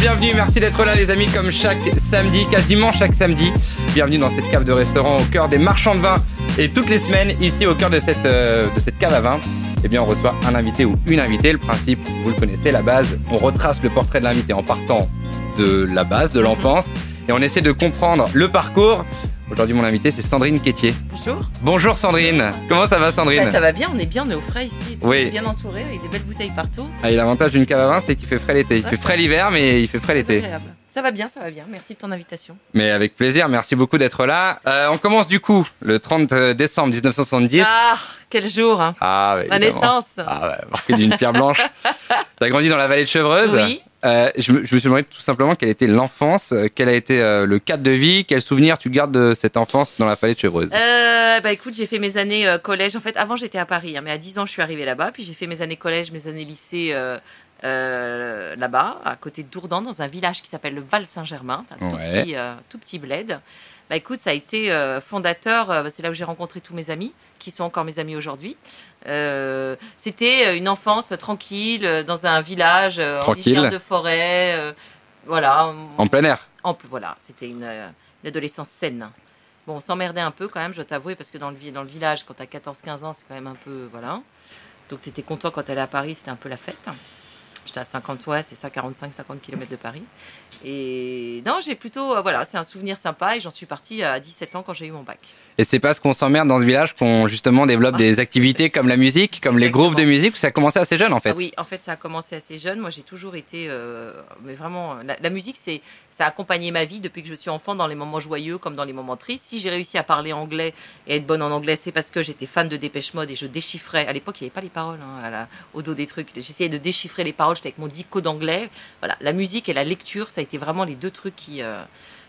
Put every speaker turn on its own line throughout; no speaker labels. bienvenue, merci d'être là les amis comme chaque samedi, quasiment chaque samedi. Bienvenue dans cette cave de restaurant au cœur des marchands de vin. Et toutes les semaines, ici au cœur de cette, euh, de cette cave à vin, eh bien on reçoit un invité ou une invitée. Le principe, vous le connaissez, la base, on retrace le portrait de l'invité en partant de la base, de l'enfance, et on essaie de comprendre le parcours. Aujourd'hui, mon invité, c'est Sandrine Quétier.
Bonjour.
Bonjour Sandrine. Comment ça va Sandrine
Bah, ça va bien, on est bien, on est au frais ici. tout
Oui.
est Bien entouré, avec des belles bouteilles partout.
Ah, et l'avantage d'une cave à vin, c'est qu'il fait frais l'été. Il
Ouais.
fait frais l'hiver, mais il fait frais l'été.
Agréable. Ça va bien, ça va bien. Merci de ton invitation.
Mais avec plaisir, merci beaucoup d'être là. Euh, on commence du coup le 30 décembre 1970.
Ah, quel jour hein.
Ah, bah,
Ma
évidemment.
naissance
Ah, bah, marqué d'une pierre blanche. T'as grandi dans la vallée de Chevreuse.
Oui.
Euh, je, me, je me suis demandé tout simplement quelle était l'enfance, euh, quel a été euh, le cadre de vie, quels souvenirs tu gardes de cette enfance dans la vallée de Chevreuse.
Euh, bah écoute, j'ai fait mes années euh, collège. En fait, avant j'étais à Paris, hein, mais à 10 ans je suis arrivée là-bas. Puis j'ai fait mes années collège, mes années lycée euh, euh, là-bas, à côté d'Ourdan, dans un village qui s'appelle le Val-Saint-Germain. C'est Un tout,
Ouais.
petit, euh, tout petit bled. Bah écoute, ça a été euh, fondateur. euh, c'est là où j'ai rencontré tous mes amis, qui sont encore mes amis aujourd'hui. Euh, C'était une enfance tranquille, euh, dans un village, euh,
Tranquille.
en lisière de forêt. euh, voilà.
En plein air.
ample. Voilà, c'était une, euh, une adolescence saine. Bon, on s'emmerdait un peu quand même, je dois t'avouer, parce que dans le, vi- dans le village, quand t'as 14-15 ans, c'est quand même un peu. Voilà. Donc t'étais content quand t'allais à Paris, c'était un peu la fête. J'étais à 50, ouais, c'est ça, 45-50 km de Paris. Et non, j'ai plutôt. euh, voilà, c'est un souvenir sympa et j'en suis partie à 17 ans quand j'ai eu mon bac.
Et c'est parce qu'on s'emmerde dans ce village qu'on justement développe des activités comme la musique, comme les
Exactement.
groupes de musique, ça a commencé assez jeune en fait.
Ah oui, en fait, ça a commencé assez jeune. Moi, j'ai toujours été, euh, mais vraiment, la, la musique, c'est, ça a accompagné ma vie depuis que je suis enfant, dans les moments joyeux comme dans les moments tristes. Si j'ai réussi à parler anglais et être bonne en anglais, c'est parce que j'étais fan de Dépêche Mode et je déchiffrais. À l'époque, il n'y avait pas les paroles hein, à la- au dos des trucs. J'essayais de déchiffrer les paroles. J'étais avec mon dico d'anglais. Voilà, la musique et la lecture, ça a été vraiment les deux trucs qui. euh,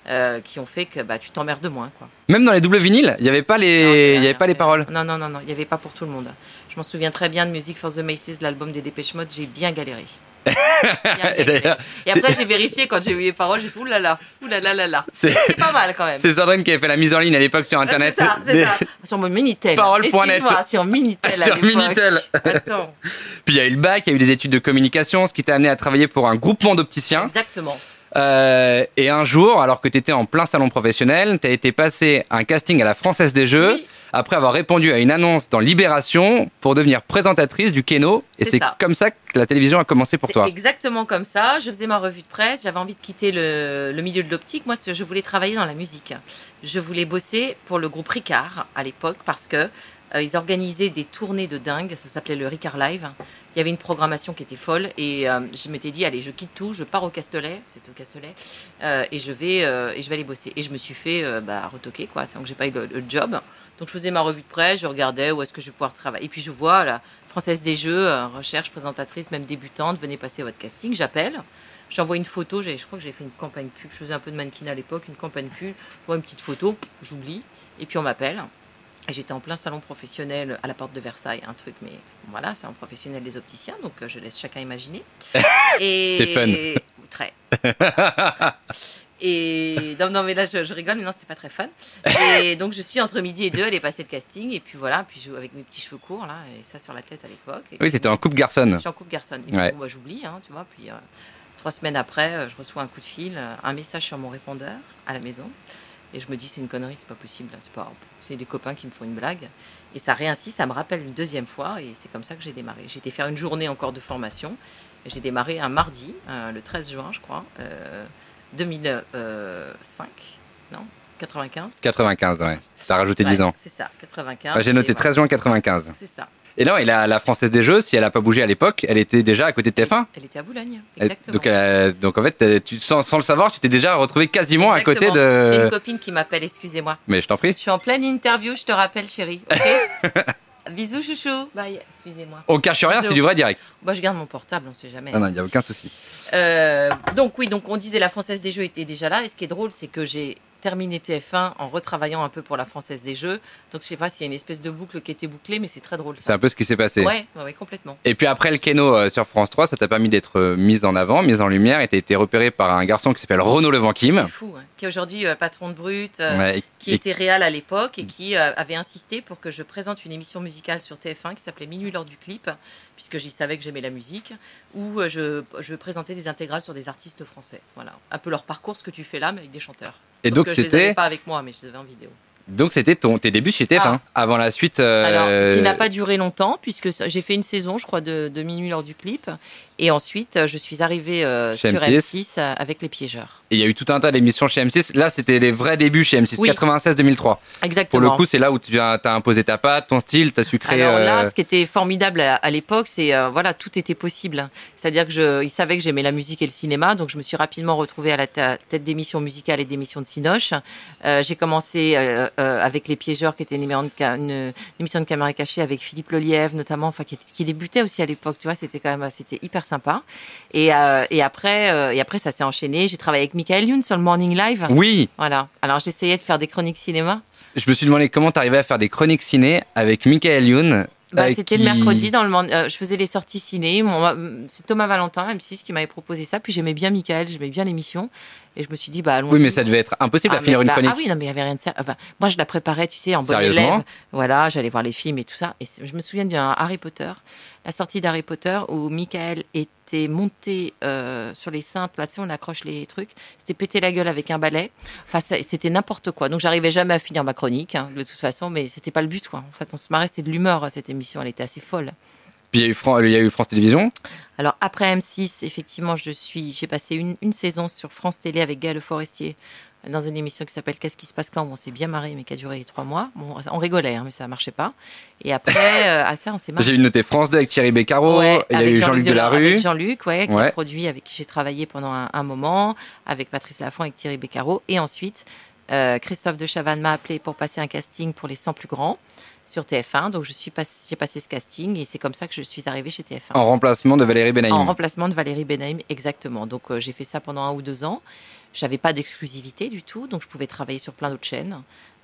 euh, qui ont fait que bah, tu t'emmerdes moins. Quoi.
Même dans les doubles vinyles, il n'y avait pas
Non,
les,
c'est-
il y avait pas les paroles.
Non, non, non, non, il n'y avait pas pour tout le monde. Je m'en souviens très bien de Music for the Maces, l'album des Dépêche Mode, j'ai bien galéré. Bien
Et
galéré.
d'ailleurs,
Et après, j'ai vérifié quand j'ai eu les paroles, j'ai fait oulala, oulala, là là.
c'est
C'est pas mal quand même.
c'est Sandrine qui avait fait la mise en ligne à l'époque sur internet.
Euh, Ah, C'est ça, c'est
Des-
ça. Sur mon Minitel.
Parole.net.
Excuse-moi, Sur Minitel. à
sur
l'époque.
Minitel.
Attends,
Puis il y a eu le bac, il y a eu des études de communication, ce qui t'a amené à travailler pour un groupement d'opticiens.
exactement.
Euh, et un jour, alors que t'étais en plein salon professionnel, t'as été passé un casting à la Française des Jeux
Oui.
après avoir répondu à une annonce dans Libération pour devenir présentatrice du Keno. Et
C'est
c'est
ça.
comme ça que la télévision a commencé pour
C'est
toi.
Exactement comme ça. Je faisais ma revue de presse. J'avais envie de quitter le, le milieu de l'optique. Moi, ce- je voulais travailler dans la musique. Je voulais bosser pour le groupe Ricard à l'époque parce que euh, ils organisaient des tournées de dingue. Ça s'appelait le Ricard Live. Il y avait une programmation qui était folle et euh, je m'étais dit allez, je quitte tout, je pars au Castellet, c'était au Castellet, euh, et je vais euh, et je vais aller bosser. Et je me suis fait euh, bah, retoquer quoi, donc j'ai pas eu le, le job. Donc je faisais ma revue de presse, je regardais où est-ce que je vais pouvoir travailler. Et puis je vois la Française des Jeux, euh, recherche, présentatrice, même débutante, venez passer votre casting. J'appelle, j'envoie une photo, j'ai- je crois que j'ai fait une campagne pub, je faisais un peu de mannequinat à l'époque, une campagne pub, j'envoie une petite photo, j'oublie, et puis on m'appelle. Et j'étais en plein salon professionnel à la porte de Versailles, un truc, mais voilà, c'est un professionnel des opticiens, donc euh, je laisse chacun imaginer. Et...
C'était fun.
Très. Et non, non, mais là je, je rigole, mais non, c'était pas très fun. Et donc je suis entre midi et deux, elle est passée le casting, et puis voilà, puis je, avec mes petits cheveux courts là, et ça sur la tête à l'époque. Et
Oui,
puis,
t'étais en coupe garçonne.
Je suis en couple garçon. Et puis,
Ouais.
bon, moi j'oublie, hein, tu vois. Puis euh, trois semaines après, euh, je reçois un coup de fil, euh, un message sur mon répondeur à la maison, et je me dis c'est une connerie, c'est pas possible, là, c'est pas, c'est des copains qui me font une blague. Et ça réinsiste, ça me rappelle une deuxième fois, et c'est comme ça que j'ai démarré. J'ai été faire une journée encore de formation. J'ai démarré un mardi, euh, le 13 juin, je crois, euh, 2005, non, 95.
95, ouais. T'as rajouté 10
Ouais, Hein,
ans.
C'est ça, 95.
Ouais, J'ai noté
Et voilà.
13 juin 95.
C'est ça.
Et non, et la, la Française des Jeux, si elle a pas bougé à l'époque, elle était déjà à côté de TF1.
Elle était à Boulogne,
Elle-
exactement.
donc, euh, donc en fait, t'as- tu, sans, sans le savoir, tu t'es déjà retrouvé quasiment à côté
Exactement. J'ai une
de.
copine qui m'appelle, excusez-moi.
Mais je t'en prie.
Je suis en pleine interview, je te rappelle, chérie. ok Bisous, chouchou. Bye. Bah, Excusez-moi.
On cache rien, c'est du vrai direct.
Moi, je garde mon portable, on sait jamais.
Ah Non, non, il n'y a aucun souci.
Euh, donc oui, donc on disait la Française des Jeux était déjà là. Et ce qui est drôle, c'est que j'ai terminé TF1 en retravaillant un peu pour la Française des Jeux. Donc je sais pas s'il y a une espèce de boucle qui était bouclée, mais c'est très drôle.
C'est
Ça.
un peu ce qui s'est passé.
Ouais, ouais, ouais, complètement.
Et puis après le Keno euh, sur France 3, ça t'a permis d'être euh, mise en avant, mise en lumière, et t'as été repéré par un garçon qui s'appelle Renaud Levanquim.
C'est fou, hein. qui est aujourd'hui euh, patron de Brut, euh,
Ouais, et-
qui
et-
était réal à l'époque
Mm.
et qui euh, avait insisté pour que je présente une émission musicale sur TF1 qui s'appelait Minuit lors du clip, puisque j'y savais que j'aimais la musique, où euh, je, je présentais des intégrales sur des artistes français. Voilà, un peu leur parcours, ce que tu fais là, mais avec des chanteurs.
et
Sauf
donc
que je les avais
c'était
pas avec moi, mais je les avais en vidéo.
donc c'était ton tes débuts chez TF1 avant la suite. euh,
Ah. Alors, qui n'a pas duré longtemps, puisque ça- j'ai fait une saison, je crois, de, de Minuit lors du clip, et ensuite euh, je suis arrivée euh,
Chez
sur
M6.
M6 euh, avec Les Piégeurs.
et Il y a eu tout un tas d'émissions chez M6. Là, c'était les vrais débuts chez M6,
Oui.
96-2003. Pour
Exactement.
le coup, c'est là où tu as, t'as imposé ta patte, ton style, t'as su créer.
Alors là,
euh,
ce qui était formidable à, à l'époque, c'est euh, voilà, tout était possible. C'est-à-dire que je, ils savaient que j'aimais la musique et le cinéma, donc je me suis rapidement retrouvée à la ta- tête d'émissions musicales et d'émissions de Cinoche. Euh, j'ai commencé euh, euh, avec Les Piégeurs, qui était une, émission de ca- une- une émission de caméra cachée avec Philippe Lelièvre, notamment, enfin qui, était- qui débutait aussi à l'époque. Tu vois, c'était quand même, c'était hyper sympa. Et, euh, et après, euh, et après, ça s'est enchaîné. J'ai travaillé avec Michael Youn sur le Morning Live.
Oui,
Voilà. Alors j'essayais de faire des chroniques cinéma.
je me suis demandé comment t'arrivais à faire des chroniques ciné avec Michael Youn.
Bah,
euh,
c'était
qui-
le mercredi dans le monde. je faisais les sorties ciné. Mon- C'est Thomas Valentin, M6, qui m'avait proposé ça. Puis j'aimais bien Michael, j'aimais bien l'émission. Et je me suis dit, bah allons-y.
Oui, mais ça devait être impossible
Ah,
à finir
mais-
une
bah,
chronique.
ah oui, non, mais il y avait rien de ça. Ah, bah, moi, je la préparais, tu sais, en bonne
Sérieusement
élève. Voilà, j'allais voir les films et tout ça. Et c'est- je me souviens d'un Harry Potter, la sortie d'Harry Potter où Michael était monté euh, sur les cintres. Là, tu sais, on accroche les trucs. C'était pété la gueule avec un balai. Enfin, ça- c'était n'importe quoi. Donc, j'arrivais jamais à finir ma chronique, hein, de toute façon. Mais c'était pas le but, quoi. En fait, on se marrait, c'était de l'humeur. Cette émission, elle était assez folle.
Puis il y a eu Fran- il y a eu France Télévisions.
Alors après M6, effectivement, je suis, j'ai passé une, une saison sur France Télé avec Gaël Le Forestier dans une émission qui s'appelle Qu'est-ce qui se passe quand bon, On s'est bien marré, mais qui a duré trois mois. Bon, on rigolait, hein, mais ça marchait pas. Et après, euh, ah, ça, on s'est marré.
J'ai eu noté France 2 avec Thierry Beccaro,
Ouais,
il y a
avec
eu Jean-Luc
Avec
Delarue.
Jean-Luc, ouais, qui
Ouais.
a produit, avec qui j'ai travaillé pendant un, un moment, avec Patrice Laffont, avec Thierry Beccaro. Et ensuite, euh, Christophe de Chavannes m'a appelé pour passer un casting pour les 100 plus grands sur TF1. Donc, je suis pass- j'ai passé ce casting et c'est comme ça que je suis arrivée chez TF1.
en remplacement de Valérie
En
Benaïm.
remplacement de Valérie Benahim, exactement. Donc euh, j'ai fait ça pendant un ou deux ans. J'avais pas d'exclusivité du tout, donc je pouvais travailler sur plein d'autres chaînes.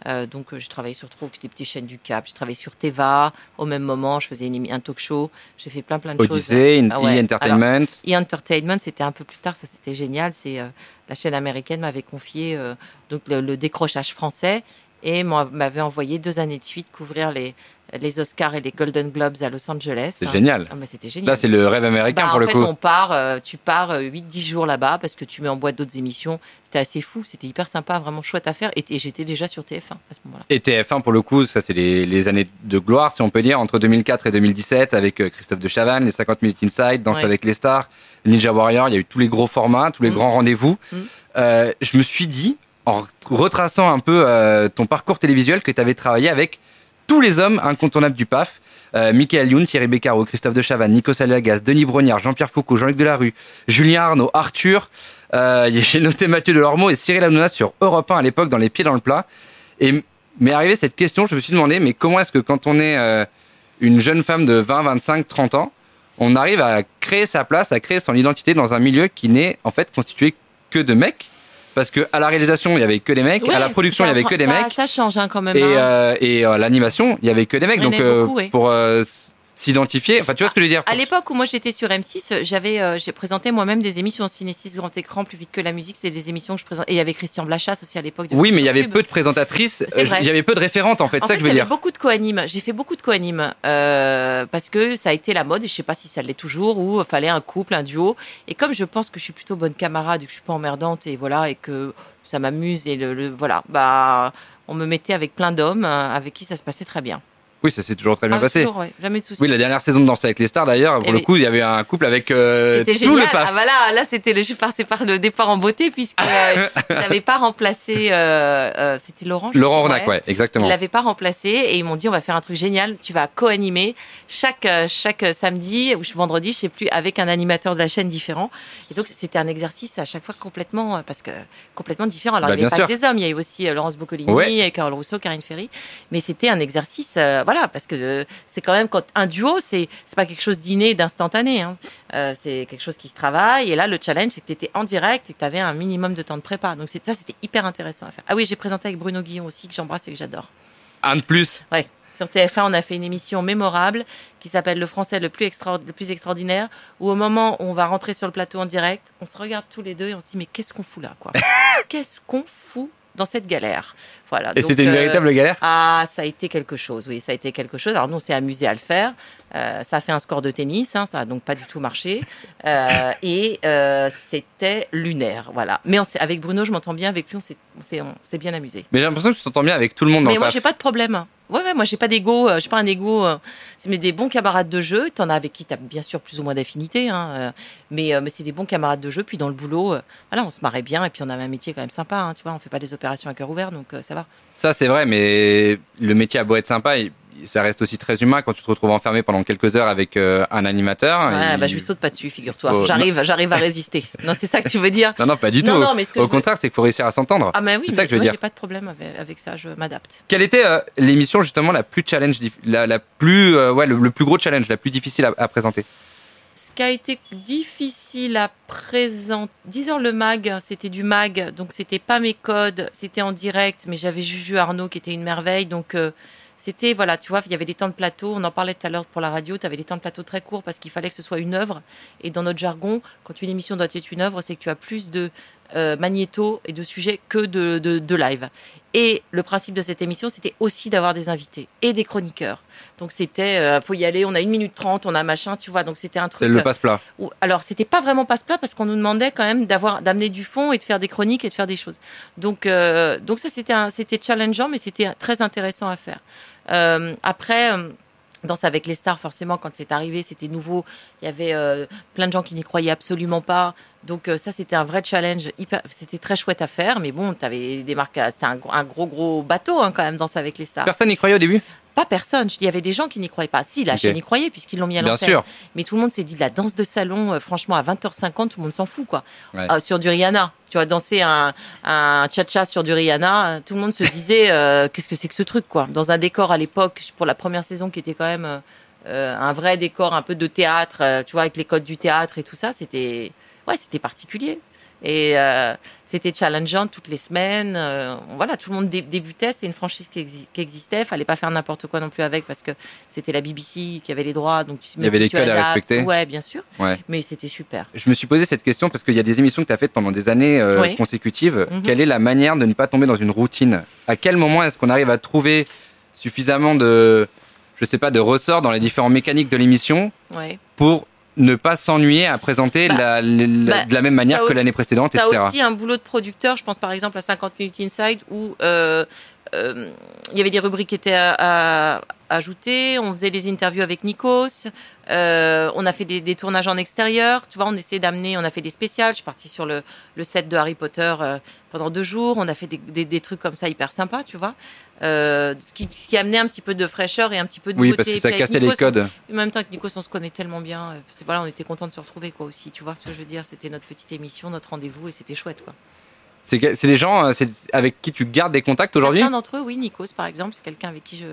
Euh, donc euh, j'ai travaillé sur trop des petites chaînes du Cap, j'ai travaillé sur Teva. Au même moment, je faisais une émi- un talk-show. J'ai fait plein plein de choses.
Odyssée, In-
Ah ouais.
E! Entertainment.
Et Entertainment, c'était un peu plus tard, ça c'était génial. C'est euh, la chaîne américaine m'avait confié euh, donc le, le décrochage français et m'en- m'avait envoyé deux années de suite couvrir les les Oscars et les Golden Globes à Los Angeles.
c'est génial.
Ah, bah, c'était génial.
Là, c'est le rêve américain
Bah,
pour
en
le
fait,
coup.
on part, euh, tu pars 8-10 jours là-bas parce que tu mets en boîte d'autres émissions. C'était assez fou, c'était hyper sympa, vraiment chouette à faire. Et, et j'étais déjà sur TF1 à ce moment-là.
Et TF1 pour le coup, ça c'est les, les années de gloire si on peut dire, entre 2004 et 2017 avec euh, Christophe de Chavannes, les 50 minutes inside, Danse
Ouais.
avec les stars, Ninja Warrior, il y a eu tous les gros formats, tous les
Mm.
grands rendez-vous.
Mm.
Euh, je me suis dit, en re- retraçant un peu euh, ton parcours télévisuel, que tu avais travaillé avec tous les hommes incontournables du PAF. Euh, Michael Youn, Thierry Beccaro, Christophe de Chavannes, Nico Saliagas, Denis Brognard, Jean-Pierre Foucault, Jean-Luc Delarue, Julien Arnaud, Arthur. Euh, J'ai noté Mathieu Delormeau et Cyril Hanouna sur Europe 1 à l'époque dans Les Pieds dans le Plat. Et mais arrivé cette question, je me suis demandé, mais comment est-ce que quand on est euh, une jeune femme de 20, 25, 30 ans, on arrive à créer sa place, à créer son identité dans un milieu qui n'est en fait constitué que de mecs Parce que à la réalisation, il y avait que des mecs, à la
Ouais,
production, il y
ça,
avait que des
ça-
mecs,
Ça change hein, quand même.
et,
hein.
euh, et euh, l'animation, il y avait que des mecs.
Il y en
Donc
avait
euh,
beaucoup, ouais. Ah,
pour euh, s- s'identifier, enfin tu vois ce que je veux dire
À l'époque où moi j'étais sur M6, euh, j'avais, euh, j'ai présenté moi-même des émissions en ciné 6 grand écran, plus vite que la musique, c'est des émissions que je présentais. Et il y avait Christian Blachas aussi à l'époque. de
Oui, mais il y
Culture
avait
Pub.
peu de présentatrices,
C'est
euh,
vrai.
il y avait peu de référentes en fait,
En
c'est ça
fait,
que je veux
j'avais
dire.
beaucoup de co-animes. J'ai fait beaucoup de co-animes euh, parce que ça a été la mode. Et je sais pas si ça l'est toujours ou fallait un couple, un duo. Et comme je pense que je suis plutôt bonne camarade, et que je suis pas emmerdante et voilà et que ça m'amuse et le, le- voilà, bah on me mettait avec plein d'hommes euh, avec qui ça se passait très bien.
Oui, ça s'est toujours très bien
Ah,
passé.
toujours, ouais, jamais de soucis.
Oui, la dernière saison de Danse avec les stars d'ailleurs, pour
Eh
le
oui.
coup, il y avait un couple avec euh,
C'était
tout
génial.
le PAF.
Ah bah là, là c'était le je suis passée par le départ en beauté puisque euh, ils n'avaient pas remplacé. euh, euh, c'était Laurent. je
Laurent
sais,
Ronac, ouais, exactement.
Ils l'avaient pas remplacé et ils m'ont dit on va faire un truc génial. Tu vas co-animer chaque euh, chaque euh, samedi ou vendredi, je sais plus, avec un animateur de la chaîne différent. Et donc c'était un exercice à chaque fois complètement euh, parce que complètement différent. Alors
Bah,
il n'y avait
bien
pas que des hommes, il y avait aussi euh, Laurence Boccolini,
Ouais.
et Carole Rousseau, Karine Ferry, mais c'était un exercice euh, voilà, parce que euh, c'est quand même quand un duo, c'est c'est pas quelque chose d'inné, d'instantané. hein. Euh, c'est quelque chose qui se travaille. Et là, le challenge, c'est que tu étais en direct et que tu avais un minimum de temps de prépa. Donc c'est ça, c'était hyper intéressant à faire. Ah oui, j'ai présenté avec Bruno Guillon aussi, que j'embrasse et que j'adore.
Un de plus.
Sur TF1, on a fait une émission mémorable qui s'appelle Le français le plus, extraor- le plus extraordinaire, où au moment où on va rentrer sur le plateau en direct, on se regarde tous les deux et on se dit mais qu'est-ce qu'on fout là quoi Qu'est-ce qu'on fout dans cette galère Voilà.
Et
donc,
c'était une
euh,
véritable galère.
Ah, ça a été quelque chose, oui, ça a été quelque chose. Alors nous, on s'est amusé à le faire. Euh, ça a fait un score de tennis, hein, ça a donc pas du tout marché. Euh, et euh, c'était lunaire, voilà. Mais on s'est- avec Bruno, je m'entends bien, avec lui, on s'est- on s'est on s'est bien amusé.
Mais j'ai l'impression que tu t'entends bien avec tout le monde dans
Mais
le
moi,
taf.
j'ai pas de problème. Ouais, ouais, moi, j'ai pas d'ego. euh, J'ai pas un ego. euh, C'est mais des bons camarades de jeu. T'en as avec qui t'as bien sûr plus ou moins d'affinité. Hein, euh, mais euh, mais c'est des bons camarades de jeu. Puis dans le boulot, euh, voilà, on se marrait bien. Et puis on avait un métier quand même sympa. hein, tu vois, on fait pas des opérations à cœur ouvert, donc euh, ça va.
Ça, c'est vrai, mais le métier a beau être sympa, il- ça reste aussi très humain quand tu te retrouves enfermé pendant quelques heures avec euh, un animateur.
Ouais,
Il-
bah, je lui saute pas dessus, figure-toi.
Oh,
j'arrive, j'arrive à résister. Non, c'est ça que tu veux dire.
Non, non, pas du
non,
tout.
non, mais ce que
Au
je veux-
contraire, c'est qu'il faut réussir à s'entendre.
Ah mais oui,
c'est ça
mais
que je veux
moi,
dire.
j'ai pas de problème avec, avec ça. Je m'adapte.
Quelle était euh, l'émission justement la plus challenge, dif- la, la plus, euh, ouais, le, le plus gros challenge, la plus difficile à, à présenter
Ce qui a été difficile à présenter, 10 heures le mag, c'était du mag, donc c'était pas mes codes, c'était en direct, mais j'avais Juju Arnaud qui était une merveille, donc euh, c'était, voilà, tu vois, il y avait des temps de plateau, on en parlait tout à l'heure pour la radio, tu avais des temps de plateau très courts parce qu'il fallait que ce soit une œuvre, et dans notre jargon, quand une émission doit être une œuvre, c'est que tu as plus de euh, magnéto et de sujets que de, de, de live. Et le principe de cette émission, c'était aussi d'avoir des invités et des chroniqueurs. Donc c'était, euh, faut y aller, on a une minute trente, on a machin, tu vois, donc c'était un
C'est
truc... euh,
le passe-plat.
Ou- alors c'était pas vraiment passe-plat parce qu'on nous demandait quand même d'avoir d'amener du fond et de faire des chroniques et de faire des choses. Donc euh, donc ça c'était un- c'était challengeant mais c'était très intéressant à faire. Euh, après euh, Danse avec les stars, forcément, quand c'est arrivé, c'était nouveau. Il y avait euh, plein de gens qui n'y croyaient absolument pas. Donc euh, ça, c'était un vrai challenge. hyper- C'était très chouette à faire, mais bon, t'avais des marques. à- C'était un, gros- un gros gros bateau hein, quand même. Danse avec les stars.
Personne n'y croyait au début
Pas personne. Je dis, il y avait des gens qui n'y croyaient pas. Si, la
Ok.
chaîne y croyait puisqu'ils l'ont mis à
Bien
l'antenne.
sûr.
Mais tout le monde s'est dit de la danse de salon, euh, franchement, à 20h50, tout le monde s'en fout, quoi.
Ouais.
Euh, sur du Rihanna, tu vois, danser un, un cha-cha sur du Rihanna, euh, tout le monde se disait, euh, qu'est-ce que c'est que ce truc, quoi. Dans un décor à l'époque, pour la première saison qui était quand même euh, euh, un vrai décor un peu de théâtre, euh, tu vois, avec les codes du théâtre et tout ça, c'était, ouais, c'était particulier. Et euh, c'était challengeant toutes les semaines. euh, voilà, tout le monde dé- débutait. C'était une franchise qui, exi- qui existait. Fallait pas faire n'importe quoi non plus avec parce que c'était la BBC qui avait les droits. Donc tu-
Il y
mais
avait
si
des
tu
codes à
adaptes-
respecter.
Ouais, bien sûr.
Ouais.
Mais c'était super.
Je me suis posé cette question parce qu'il y a des émissions que tu as faites pendant des années euh,
Oui.
consécutives.
Mhm.
Quelle est la manière de ne pas tomber dans une routine À quel moment est-ce qu'on arrive à trouver suffisamment de, je sais pas, de ressorts dans les différents mécaniques de l'émission
Ouais.
pour ne pas s'ennuyer à présenter la- la- la-
bah,
de la même manière
t'as
que
au-
l'année précédente,
T'as
etc.
aussi un boulot de producteur. Je pense par exemple à 50 minutes inside où euh, euh, il y avait des rubriques qui étaient à, à- ajoutées. On faisait des interviews avec Nikos. Euh, on a fait des, des tournages en extérieur. Tu vois, on essayait d'amener. On a fait des spéciales. Je suis partie sur le, le set de Harry Potter euh, pendant deux jours. On a fait des, des- des trucs comme ça hyper sympas, tu vois. Euh, ce, qui, ce qui amenait un petit peu de fraîcheur et un petit peu de
Oui, parce
nouveauté.
que
Et
ça
puis avec
cassait
Nikos,
les codes.
Et en même temps, avec Nikos, on se connaît tellement bien. euh, c'est- Voilà, on était content de se retrouver, quoi, aussi. Tu vois ce que je veux dire C'était notre petite émission, notre rendez-vous, et c'était chouette, quoi.
C'est que- c'est des gens euh, c'est avec qui tu gardes des contacts aujourd'hui
Certains d'entre eux, oui, Nikos, par exemple, c'est quelqu'un avec qui je,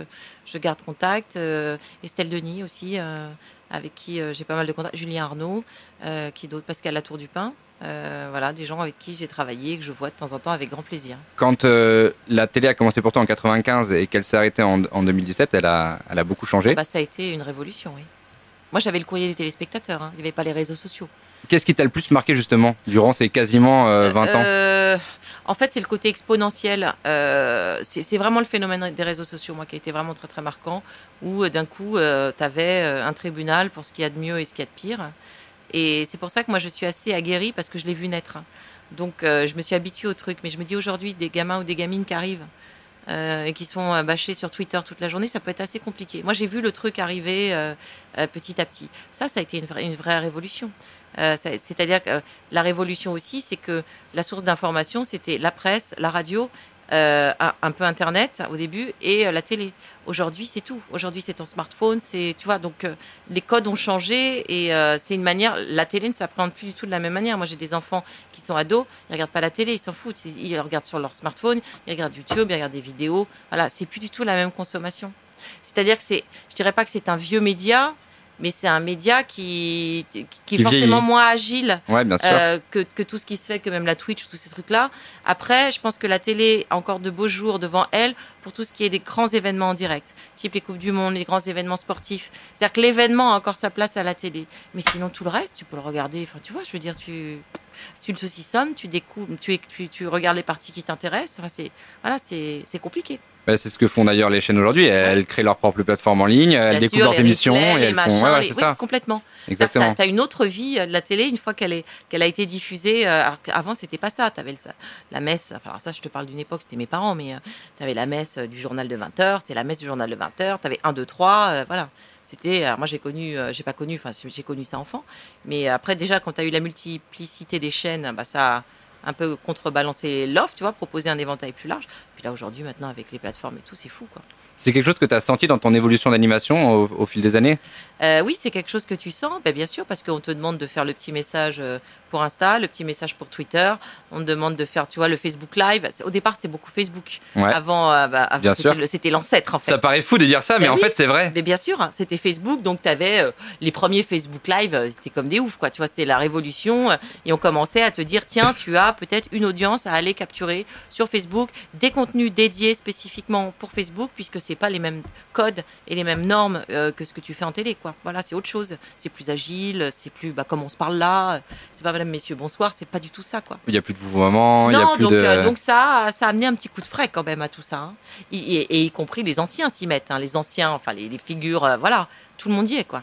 je garde contact. euh, Estelle Denis aussi, euh, avec qui euh, j'ai pas mal de contacts. Julien Arnaud, euh, qui d'autre Pascal Latour du Pin. euh, voilà, des gens avec qui j'ai travaillé, que je vois de temps en temps avec grand plaisir.
Quand euh, la télé a commencé pour toi en 95 et qu'elle s'est arrêtée en, en 2017, elle a, elle a beaucoup changé.
Bah, ça a été une révolution, oui. Moi, j'avais le courrier des téléspectateurs, hein, il n'y avait pas les réseaux sociaux.
Qu'est-ce qui t'a le plus marqué justement durant ces quasiment euh, 20 ans
Euh, En fait, c'est le côté exponentiel. Euh, c'est c'est vraiment le phénomène des réseaux sociaux, moi, qui a été vraiment très, très marquant, où euh, d'un coup, tu avais un tribunal pour ce qu'il y a de mieux et ce qu'il y a de pire. Et c'est pour ça que moi, je suis assez aguerrie parce que je l'ai vu naître. Donc, euh, je me suis habituée au truc. Mais je me dis aujourd'hui, des gamins ou des gamines qui arrivent euh, et qui sont euh, bâchés sur Twitter toute la journée, ça peut être assez compliqué. Moi, j'ai vu le truc arriver euh, euh, petit à petit. Ça, ça a été une vraie, une vraie révolution. Euh, ça- C'est-à-dire que euh, la révolution aussi, c'est que la source d'information, c'était la presse, la radio, euh, un, un peu Internet au début et euh, la télé. Aujourd'hui, c'est tout. Aujourd'hui, c'est ton smartphone, c'est tu vois. Donc euh, les codes ont changé et euh, c'est une manière. La télé ne s'appréhende plus du tout de la même manière. Moi, j'ai des enfants qui sont ados, ils regardent pas la télé, ils s'en foutent. Ils, ils regardent sur leur smartphone, ils regardent YouTube, ils regardent des vidéos. Voilà, c'est plus du tout la même consommation. C'est-à-dire que c'est, je dirais pas que c'est un vieux média, mais c'est un média qui, qui, qui est
Qui
forcément
vieillit.
moins agile
Ouais, bien sûr.
euh, que, que tout ce qui se fait, que même la Twitch, tous ces trucs-là. Après, je pense que la télé a encore de beaux jours devant elle pour tout ce qui est des grands événements en direct, type les Coupes du Monde, les grands événements sportifs. C'est-à-dire que l'événement a encore sa place à la télé. Mais sinon, tout le reste, tu peux le regarder. Enfin, tu vois, je veux dire, tu. C'est une saucissonne, tu découvres, tu, tu, tu regardes les parties qui t'intéressent. Enfin, c'est voilà, c'est c'est compliqué.
Bah, c'est ce que font d'ailleurs les chaînes aujourd'hui. Elles créent leur propre plateforme en ligne, elles
Bien
découpent
sûr,
leurs
les
émissions
replays,
et
les
elles
machins,
font. Ouais, ouais,
les-
c'est
oui,
ça.
complètement. Tu
Exactement.
as, une autre vie euh, de la télé une fois qu'elle est qu'elle a été diffusée. euh, alors qu'avant, c'était pas ça. Tu avais la messe. enfin, Alors ça, je te parle d'une époque, c'était mes parents, mais tu avais la messe euh, du journal de 20h, c'est la messe du journal de 20h, tu avais 1 2 3, euh, voilà. C'était alors moi j'ai connu euh, j'ai pas connu enfin j'ai connu ça enfant, mais après déjà quand tu as eu la multiplicité des chaînes, bah ça a un peu contrebalancé l'offre, tu vois, proposer un éventail plus large. Puis là aujourd'hui maintenant avec les plateformes et tout, c'est fou quoi.
C'est quelque chose que tu as senti dans ton évolution d'animation au, au fil des années
Euh, oui, c'est quelque chose que tu sens, ben, bien sûr, parce qu'on te demande de faire le petit message euh, pour Insta, le petit message pour Twitter, on te demande de faire, tu vois, le Facebook Live. C'est- Au départ, c'était beaucoup Facebook.
Ouais.
Avant, euh, bah, avant,
Bien
c'était
sûr.
le- c'était l'ancêtre, en fait.
Ça paraît fou de dire ça, mais
Mais
en
Euh, bah oui.
fait, c'est vrai.
Mais bien sûr, hein, c'était Facebook, donc tu avais les premiers Facebook Live, euh, c'était comme des oufs, quoi. Tu vois, c'est la révolution. euh, et on commençait à te dire, tiens, tu as peut-être une audience à aller capturer sur Facebook, des contenus dédiés spécifiquement pour Facebook, puisque c'est pas les mêmes codes et les mêmes normes euh, que ce que tu fais en télé, quoi. Voilà, c'est autre chose. C'est plus agile, c'est plus, bah, comme on se parle là, euh, c'est pas madame, messieurs, bonsoir, c'est pas du tout ça, quoi.
Il n'y a plus de vous maman, il n'y a
Non,
plus
donc,
de.
euh, donc ça, ça a amené un petit coup de frais quand même à tout ça. hein. Y- y- Et, y compris les anciens s'y mettent, hein, les anciens, enfin les, les figures, euh, voilà, tout le monde y est quoi.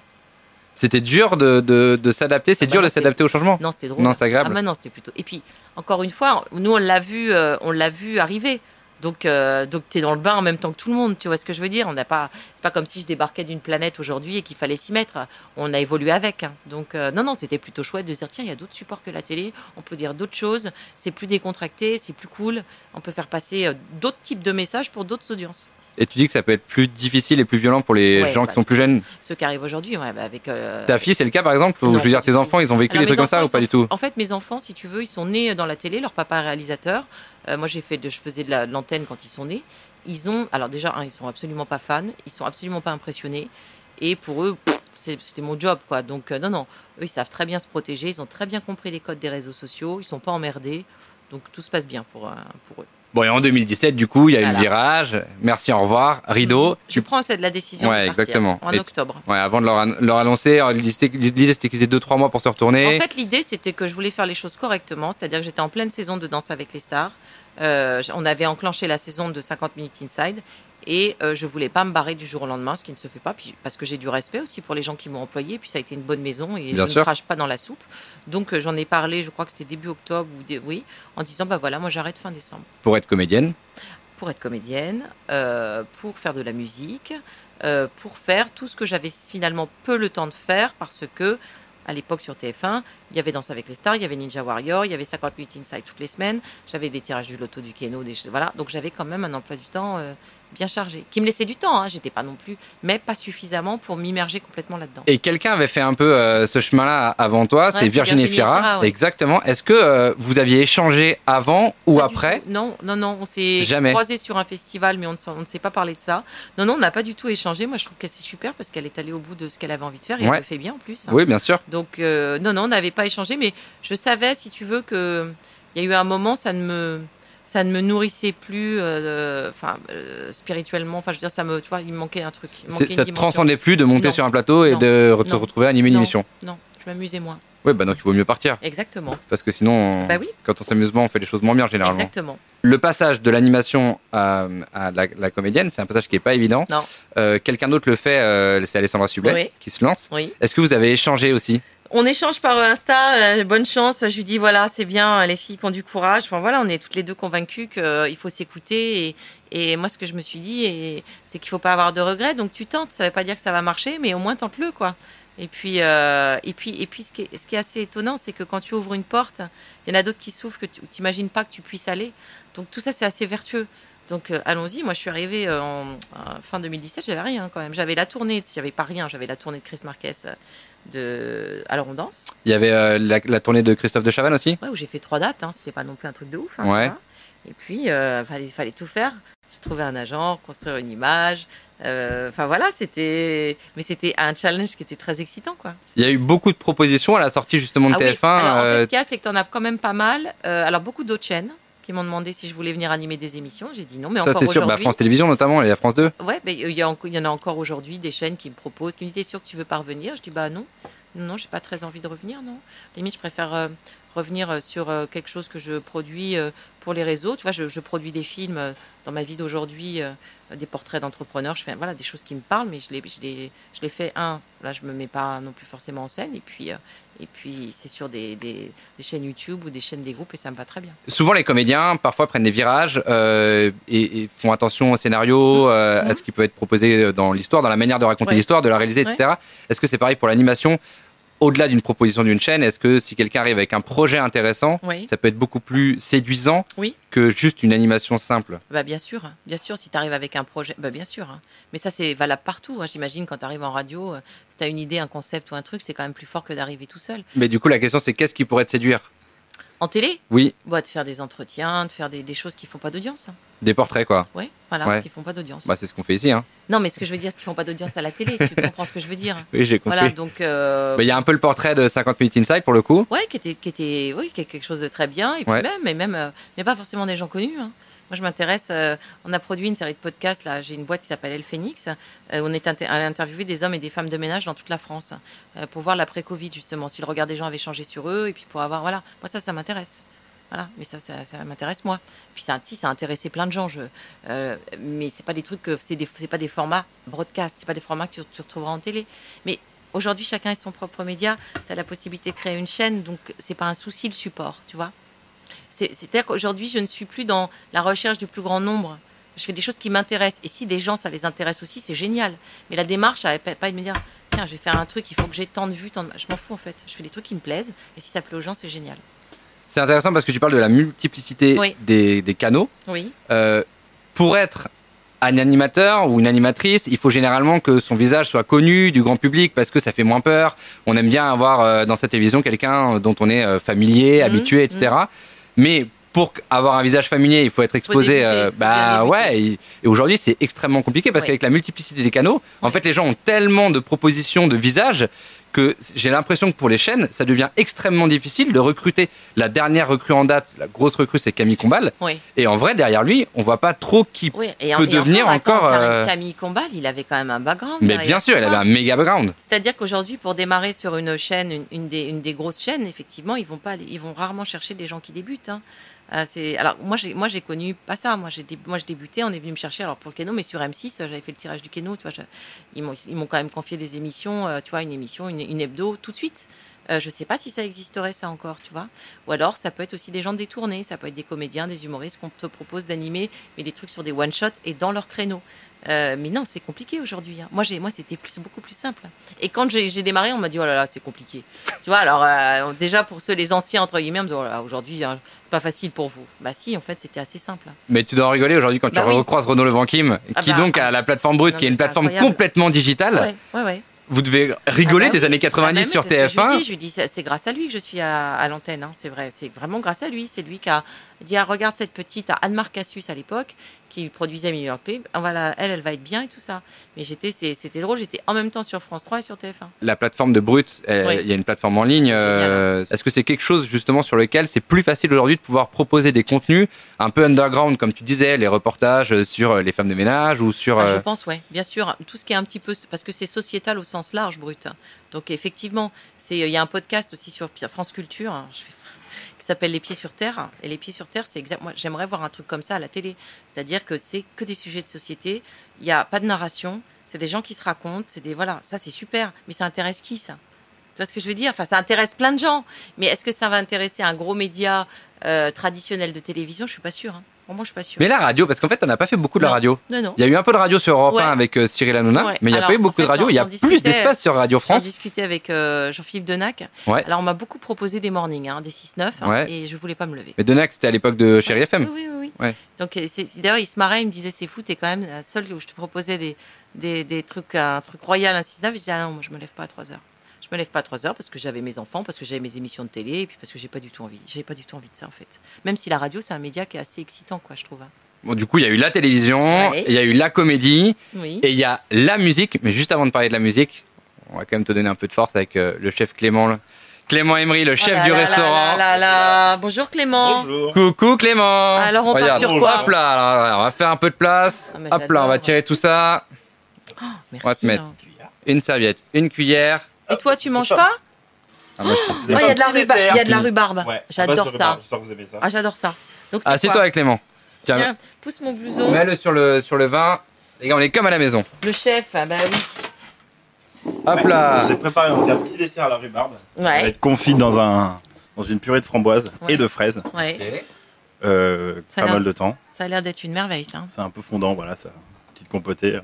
C'était dur de, de- de s'adapter, c'est
Ah bah
dur
non,
de
c'est-
s'adapter au changement.
Non, c'était drôle.
Non, c'est
ah
agréable.
bah non, c'était plutôt. Et puis encore une fois, nous on l'a vu, euh, on l'a vu arriver. Donc euh, donc t'es dans le bain en même temps que tout le monde, tu vois ce que je veux dire On n'a pas, c'est pas comme si je débarquais d'une planète aujourd'hui et qu'il fallait s'y mettre. On a évolué avec. hein. Donc euh, non non, c'était plutôt chouette de se dire tiens, il y a d'autres supports que la télé, on peut dire d'autres choses, c'est plus décontracté, c'est plus cool, on peut faire passer euh, d'autres types de messages pour d'autres audiences.
Et tu dis que ça peut être plus difficile et plus violent pour les
Ouais,
gens
bah,
qui sont plus jeunes.
Ceux qui arrivent aujourd'hui, ouais, bah, avec. euh,
Ta fille, c'est le cas par exemple Ou
non,
je veux dire,
pas du
tes
tout.
enfants, ils ont vécu
Alors,
des trucs
mes
comme ça
enfants,
ou pas
ils
du tout
En fait, mes enfants, si tu veux, ils sont nés dans la télé. Leur papa est réalisateur. Euh, moi, j'ai fait, de, je faisais de la- de l'antenne quand ils sont nés. Ils ont, alors déjà, un, ils sont absolument pas fans. Ils sont absolument pas impressionnés. Et pour eux, pff, c'est- c'était mon job, quoi. Donc euh, non, non, eux, ils savent très bien se protéger. Ils ont très bien compris les codes des réseaux sociaux. Ils sont pas emmerdés. Donc tout se passe bien pour, euh, pour eux.
Bon, et en 2017, du coup, il y a eu le
Voilà. Mm.
virage. Merci, au revoir. Rideau.
Je
Tu...
prends cette la décision.
Ouais,
de partir
exactement.
En
Et-
octobre.
Ouais, avant de leur, an- leur annoncer, euh, l'idée c'était- l'idée c'était qu'ils aient 2-3 mois pour se retourner.
En fait, l'idée, c'était que je voulais faire les choses correctement, c'est-à-dire que j'étais en pleine saison de Danse avec les stars. Euh, j- on avait enclenché la saison de 50 minutes inside et euh, je voulais pas me barrer du jour au lendemain, ce qui ne se fait pas, puis, parce que j'ai du respect aussi pour les gens qui m'ont employé, puis ça a été une bonne maison et
Bien
je
sûr.
ne crache pas dans la soupe. Donc euh, j'en ai parlé, je crois que c'était début octobre ou dé- oui, en disant bah voilà, moi j'arrête fin décembre
Pour être comédienne.
pour être comédienne, euh, pour faire de la musique, euh, pour faire tout ce que j'avais finalement peu le temps de faire parce que à l'époque sur TF1, il y avait Danse avec les stars, il y avait Ninja Warrior, il y avait 50 minutes inside toutes les semaines, j'avais des tirages du loto du Keno, des choses- voilà, donc j'avais quand même un emploi du temps euh, bien chargé, qui me laissait du temps, hein, j'étais pas non plus, mais pas suffisamment pour m'immerger complètement là-dedans.
Et quelqu'un avait fait un peu euh, ce chemin-là avant toi, c'est
c'est
Virginie,
Virginie
Fira.
Efira, ouais.
Exactement. Est-ce que euh, vous aviez échangé avant ou
Pas du
après
tout. Non, non, non, on s'est
Jamais.
croisés sur un festival, mais on ne, s'en- on ne s'est pas parlé de ça. Non, non, on n'a pas du tout échangé. Moi, je trouve que c'est super parce qu'elle est allée au bout de ce qu'elle avait envie de faire et
Ouais.
elle le fait bien en plus.
Oui, bien sûr.
Donc, euh, non, non, on n'avait pas échangé, mais je savais, si tu veux, que il y a eu un moment, ça ne me, ça ne me nourrissait plus, euh, enfin, euh, spirituellement. Enfin, je veux dire, ça me, tu vois, il me manquait un truc. Il
C'est-
me manquait une
Ça te
dimension.
transcendait plus de monter
Non.
sur un plateau et
Non.
de re- te
Non.
retrouver animé une
Non.
émission.
Non, je m'amusais moins.
Oui, bah donc il vaut mieux partir.
Exactement.
Parce que sinon, on-
Bah oui.
quand on s'amuse moins, on fait les choses moins bien généralement.
Exactement.
Le passage de l'animation à, à la, la comédienne, c'est un passage qui est pas évident.
Non.
Euh, Quelqu'un d'autre le fait, euh, c'est Alessandra Sublet
Oui.
qui se lance.
Oui.
Est-ce que vous avez échangé aussi
On échange par Insta, euh, bonne chance. Je lui dis voilà, c'est bien, euh, les filles qui ont du courage. Enfin voilà, on est toutes les deux convaincues qu'il faut s'écouter. Et, et moi, ce que je me suis dit, et- c'est qu'il faut pas avoir de regrets. Donc tu tentes. Ça veut pas dire que ça va marcher, mais au moins tente-le quoi. Et puis, euh, et puis, et puis, ce qui est, ce qui est assez étonnant, c'est que quand tu ouvres une porte, il y en a d'autres qui s'ouvrent que tu n'imagines pas que tu puisses aller. Donc tout ça, c'est assez vertueux. Donc euh, allons-y. Moi, je suis arrivée euh, en, en fin 2017, j'avais rien quand même. J'avais la tournée, j'avais pas rien. J'avais la tournée de Chris Marquez euh, de Alors on danse.
Il y avait euh, la, la tournée de Christophe de Chavannes aussi
Ouais, où j'ai fait trois dates, hein. c'était pas non plus un truc de ouf. hein,
Ouais.
tu vois. Et puis, euh, fallait, fallait tout faire. J'ai trouvé un agent, construire une image, Euh, Enfin voilà, c'était, mais c'était un challenge qui était très excitant, quoi.
Il y a eu beaucoup de propositions à la sortie justement de
Ah
TF1.
oui. Alors, en fait,
euh,
ce qu'il y a, c'est que tu en as quand même pas mal. Euh, alors, beaucoup d'autres chaînes qui m'ont demandé si je voulais venir animer des émissions. J'ai dit non, mais
ça,
encore
c'est sûr. Bah,
aujourd'hui.
France Télévisions notamment et la France 2.
Ouais, mais il y, a enco- il y en a encore aujourd'hui des chaînes qui me proposent, qui me disent T'es sûr que tu veux pas revenir Je dis Bah non, non, non, j'ai pas très envie de revenir, non. Limite, je préfère euh, revenir euh, sur euh, quelque chose que je produis euh, pour les réseaux. Tu vois, je, je produis des films euh, dans ma vie d'aujourd'hui, euh, des portraits d'entrepreneurs, je fais voilà, des choses qui me parlent, mais je les, je les, je les fais, un, là, je me mets pas non plus forcément en scène, et puis, euh, et puis c'est sur des, des, des chaînes YouTube ou des chaînes des groupes, et ça me va très bien.
Souvent, les comédiens parfois prennent des virages euh, et, et font attention au scénario, euh, à
Mhm.
ce qui peut être proposé euh, dans l'histoire, dans la manière de raconter
Ouais.
l'histoire, de la réaliser, etc. Est-ce que c'est pareil pour l'animation Au-delà d'une proposition d'une chaîne, est-ce que si quelqu'un arrive avec un projet intéressant,
Oui.
ça peut être beaucoup plus séduisant
Oui.
que juste une animation simple
Bah bien sûr, hein. bien sûr, si tu arrives avec un projet, bah bien sûr. hein. Mais ça, c'est valable partout. hein. J'imagine quand tu arrives en radio, euh, si tu as une idée, un concept ou un truc, c'est quand même plus fort que d'arriver tout seul.
Mais du coup, la question, c'est qu'est-ce qui pourrait te séduire
En télé,
Oui,
bah, de faire des entretiens, de faire des, des choses qui font pas d'audience. hein.
des portraits, quoi.
Ouais, voilà,
Ouais.
qui font pas d'audience.
Bah, c'est ce qu'on fait ici. Hein.
Non, mais ce que je veux dire, c'est qu'ils font pas d'audience à la télé. tu comprends ce que je veux dire
Oui, j'ai compris.
Voilà, donc. euh,
Bah, Il y a un peu le portrait de 50 minutes inside pour le coup.
Ouais, qui était, qui était, oui, qui est quelque chose de très bien. Et puis
Ouais.
même, et même, euh, mais pas forcément des gens connus. hein. Moi, je m'intéresse. euh, on a produit une série de podcasts. Là, j'ai une boîte qui s'appelle El Phoenix. euh, où on est inter- allé interviewer des hommes et des femmes de ménage dans toute la France euh, pour voir l'après-Covid justement, si le regard des gens avait changé sur eux, et puis pour avoir, voilà. Moi, ça, ça m'intéresse. Voilà, mais ça, ça, ça m'intéresse moi. Puis ça, si, ça a intéressé plein de gens. Je, euh, mais c'est pas des trucs, que- c'est des, c'est pas des formats broadcast, c'est pas des formats que tu, tu retrouveras en télé. Mais aujourd'hui, chacun est son propre média tu as la possibilité de créer une chaîne, donc c'est pas un souci le support, tu vois. C'est- C'est-à-dire qu'aujourd'hui, je ne suis plus dans la recherche du plus grand nombre. Je fais des choses qui m'intéressent. Et si des gens, ça les intéresse aussi, c'est génial. Mais la démarche, elle n'est pas de me dire, tiens, je vais faire un truc, il faut que j'ai tant de vues, tant de... Je m'en fous en fait. Je fais des trucs qui me plaisent. Et si ça plaît aux gens, c'est génial.
C'est intéressant parce que tu parles de la multiplicité
Oui.
des, des canaux.
Oui.
Euh, pour être un animateur ou une animatrice, il faut généralement que son visage soit connu du grand public parce que ça fait moins peur. On aime bien avoir euh, dans sa télévision quelqu'un dont on est euh, familier,
Mhm,
habitué, etc. Mais pour qu- avoir un visage familier, il faut être exposé.
débuter,
euh,
faut
bah
bien débuter.
ouais. Et, et aujourd'hui, c'est extrêmement compliqué parce
Ouais.
qu'avec la multiplicité des canaux, en
Ouais.
fait, les gens ont tellement de propositions de visages que j'ai l'impression que pour les chaînes, ça devient extrêmement difficile de recruter. La dernière recrue en date, la grosse recrue, c'est Camille Combal.
Oui.
Et en vrai, derrière lui, on voit pas trop qui.
oui. Et
Peut devenir
attends,
encore,
Camille-
euh,
Camille Combal, il avait quand même un background.
Mais
derrière,
bien sûr,
tu
il
vois.
avait un méga background.
C'est-à-dire qu'aujourd'hui, pour démarrer sur une chaîne, une, une des, une des grosses chaînes, effectivement, ils vont pas, aller- ils vont rarement chercher des gens qui débutent. hein. Euh, c'est alors moi j'ai moi j'ai connu pas ça. Moi j'ai dé- moi je débutais, on est venu me chercher alors pour le Keno, mais sur M6, euh, j'avais fait le tirage du Keno. Tu vois, je- ils m'ont ils m'ont quand même confié des émissions, euh, tu vois, une émission, une, une hebdo tout de suite. Euh, je sais pas si ça existerait ça encore, tu vois. Ou alors ça peut être aussi des gens détournés, ça peut être des comédiens, des humoristes qu'on te propose d'animer, mais des trucs sur des one shots et dans leur créneau. Euh, mais non, c'est compliqué aujourd'hui. hein. Moi j'ai moi c'était plus beaucoup plus simple. Et quand j'ai j'ai démarré, on m'a dit oh là là, c'est compliqué. Tu vois, alors euh, déjà pour ceux les anciens entre guillemets, on me dit, oh là là, aujourd'hui hein, c'est pas facile pour vous. Bah si, en fait, c'était assez simple.
Mais tu dois en rigoler aujourd'hui quand tu
Bah oui.
recroises Renaud Levanquim,
Ah
qui
bah,
donc
ah.
a la plateforme brute,
Non,
qui est
mais
une
c'est
plateforme
incroyable.
complètement digitale.
Ouais, ouais, ouais.
Vous devez rigoler
Ah bah
bah. des
oui.
années
Ah bah
90
oui,
sur
c'est ce que Je lui
TF1.
dis, je lui dis, c'est c'est grâce à lui que je suis à, à l'antenne, hein, c'est vrai. C'est vraiment grâce à lui. C'est lui qui a dit ah, regarde cette petite, à Anne Marcassus à l'époque, qui produisait New York Clip. Ah, voilà, elle, elle va être bien et tout ça. Mais j'étais, c'est- c'était drôle, j'étais en même temps sur France 3 et sur TF1.
La plateforme de brute, euh, il
Oui.
y a une plateforme en ligne. euh, Est-ce que c'est quelque chose justement sur lequel c'est plus facile aujourd'hui de pouvoir proposer des contenus un peu underground, comme tu disais, les reportages euh, sur euh, les femmes de ménage ou sur...
Ah,
euh,
je pense, ouais, bien sûr. Tout ce qui est un petit peu, parce que c'est sociétal au sens large, brut. Donc effectivement, c'est il y a un podcast aussi sur Pi- France Culture. hein, je fais- qui s'appelle Les Pieds sur Terre. Et Les Pieds sur Terre, c'est exact. Moi, j'aimerais voir un truc comme ça à la télé. C'est-à-dire que c'est que des sujets de société. Il n'y a pas de narration. C'est des gens qui se racontent. C'est des voilà. Ça, c'est super. Mais ça intéresse qui ça Tu vois ce que je veux dire Enfin, ça intéresse plein de gens. Mais est-ce que ça va intéresser un gros média euh, traditionnel de télévision Je suis pas sûre. Hein. Vraiment, je suis pas sûre.
Mais la radio, parce qu'en fait, on n'a pas fait beaucoup de la
Non.
radio.
Non, non.
Il y a eu un peu de radio sur Europe 1
Ouais.
avec euh, Cyril Hanouna,
Ouais.
mais il n'y a
Alors,
pas eu
en
beaucoup de
fait,
radio.
j'en-
Il y a
j'en
plus
discutais-
d'espace sur Radio
J'en
France.
discutais avec euh, Jean-Philippe Denac.
Ouais.
Alors, on m'a beaucoup proposé des mornings, hein, des 6-9, hein,
Ouais.
et je voulais pas me lever.
Mais Denac, c'était à l'époque de Chéri FM.
Oui, oui, oui. oui.
Ouais.
Donc, euh, c'est- d'ailleurs, il se marrait, il me disait c'est fou, t'es quand même la seule où je te proposais des, des, des trucs, un truc royal, un 6-9. Je dis ah non, moi, je me lève pas à 3 heures. Je me lève pas à 3 heures parce que j'avais mes enfants, parce que j'avais mes émissions de télé, et puis parce que j'ai pas du tout envie. J'avais pas du tout envie de ça, en fait. Même si la radio, c'est un média qui est assez excitant, quoi, je trouve. hein.
Bon, du coup, il y a eu la télévision,
Ouais.
il y a eu la comédie,
Oui.
et il y a la musique. Mais juste avant de parler de la musique, on va quand même te donner un peu de force avec euh, le chef Clément, le- Clément Emery, le chef
Oh là
du
là là
restaurant.
là là là. Bonjour Clément.
Bonjour.
Coucou Clément
Alors, on part
Regarde.
sur
quoi
Hop là, alors, alors, on va faire un peu de place.
Ah, mais
Hop là, on va
j'adore.
tirer tout ça.
Merci. hein.
On va te mettre. Une serviette, une cuillère.
Et toi, tu
C'est
manges
pas-
pas
Ah, moi, je prends.
Vous
Il
avez
y a
pas
de la
pris le
rhubarbe.
dessert
Il y a de la rhubarbe.
Ouais,
J'adore
base de
ça.
rhubarbe, J'espère que vous aimez ça.
Ah, j'adore ça. Donc c'est quoi
Assieds-toi avec Clément. Tiens,
Tiens, pousse mon blouson.
mets-le sur le, sur le vin. Les gars, on est comme à la maison.
Le chef, ah bah oui.
Hop
Ouais,
là
Je vous ai préparé donc, un petit dessert à la rhubarbe. Ça va
Ouais,
être confit dans, un, dans une purée de framboises
Ouais.
et de fraises.
ouais.
Euh,
Ça a
pas
l'air-
mal de temps.
Ça a l'air d'être une merveille, ça.
C'est un peu fondant, voilà, ça. Petite compotée.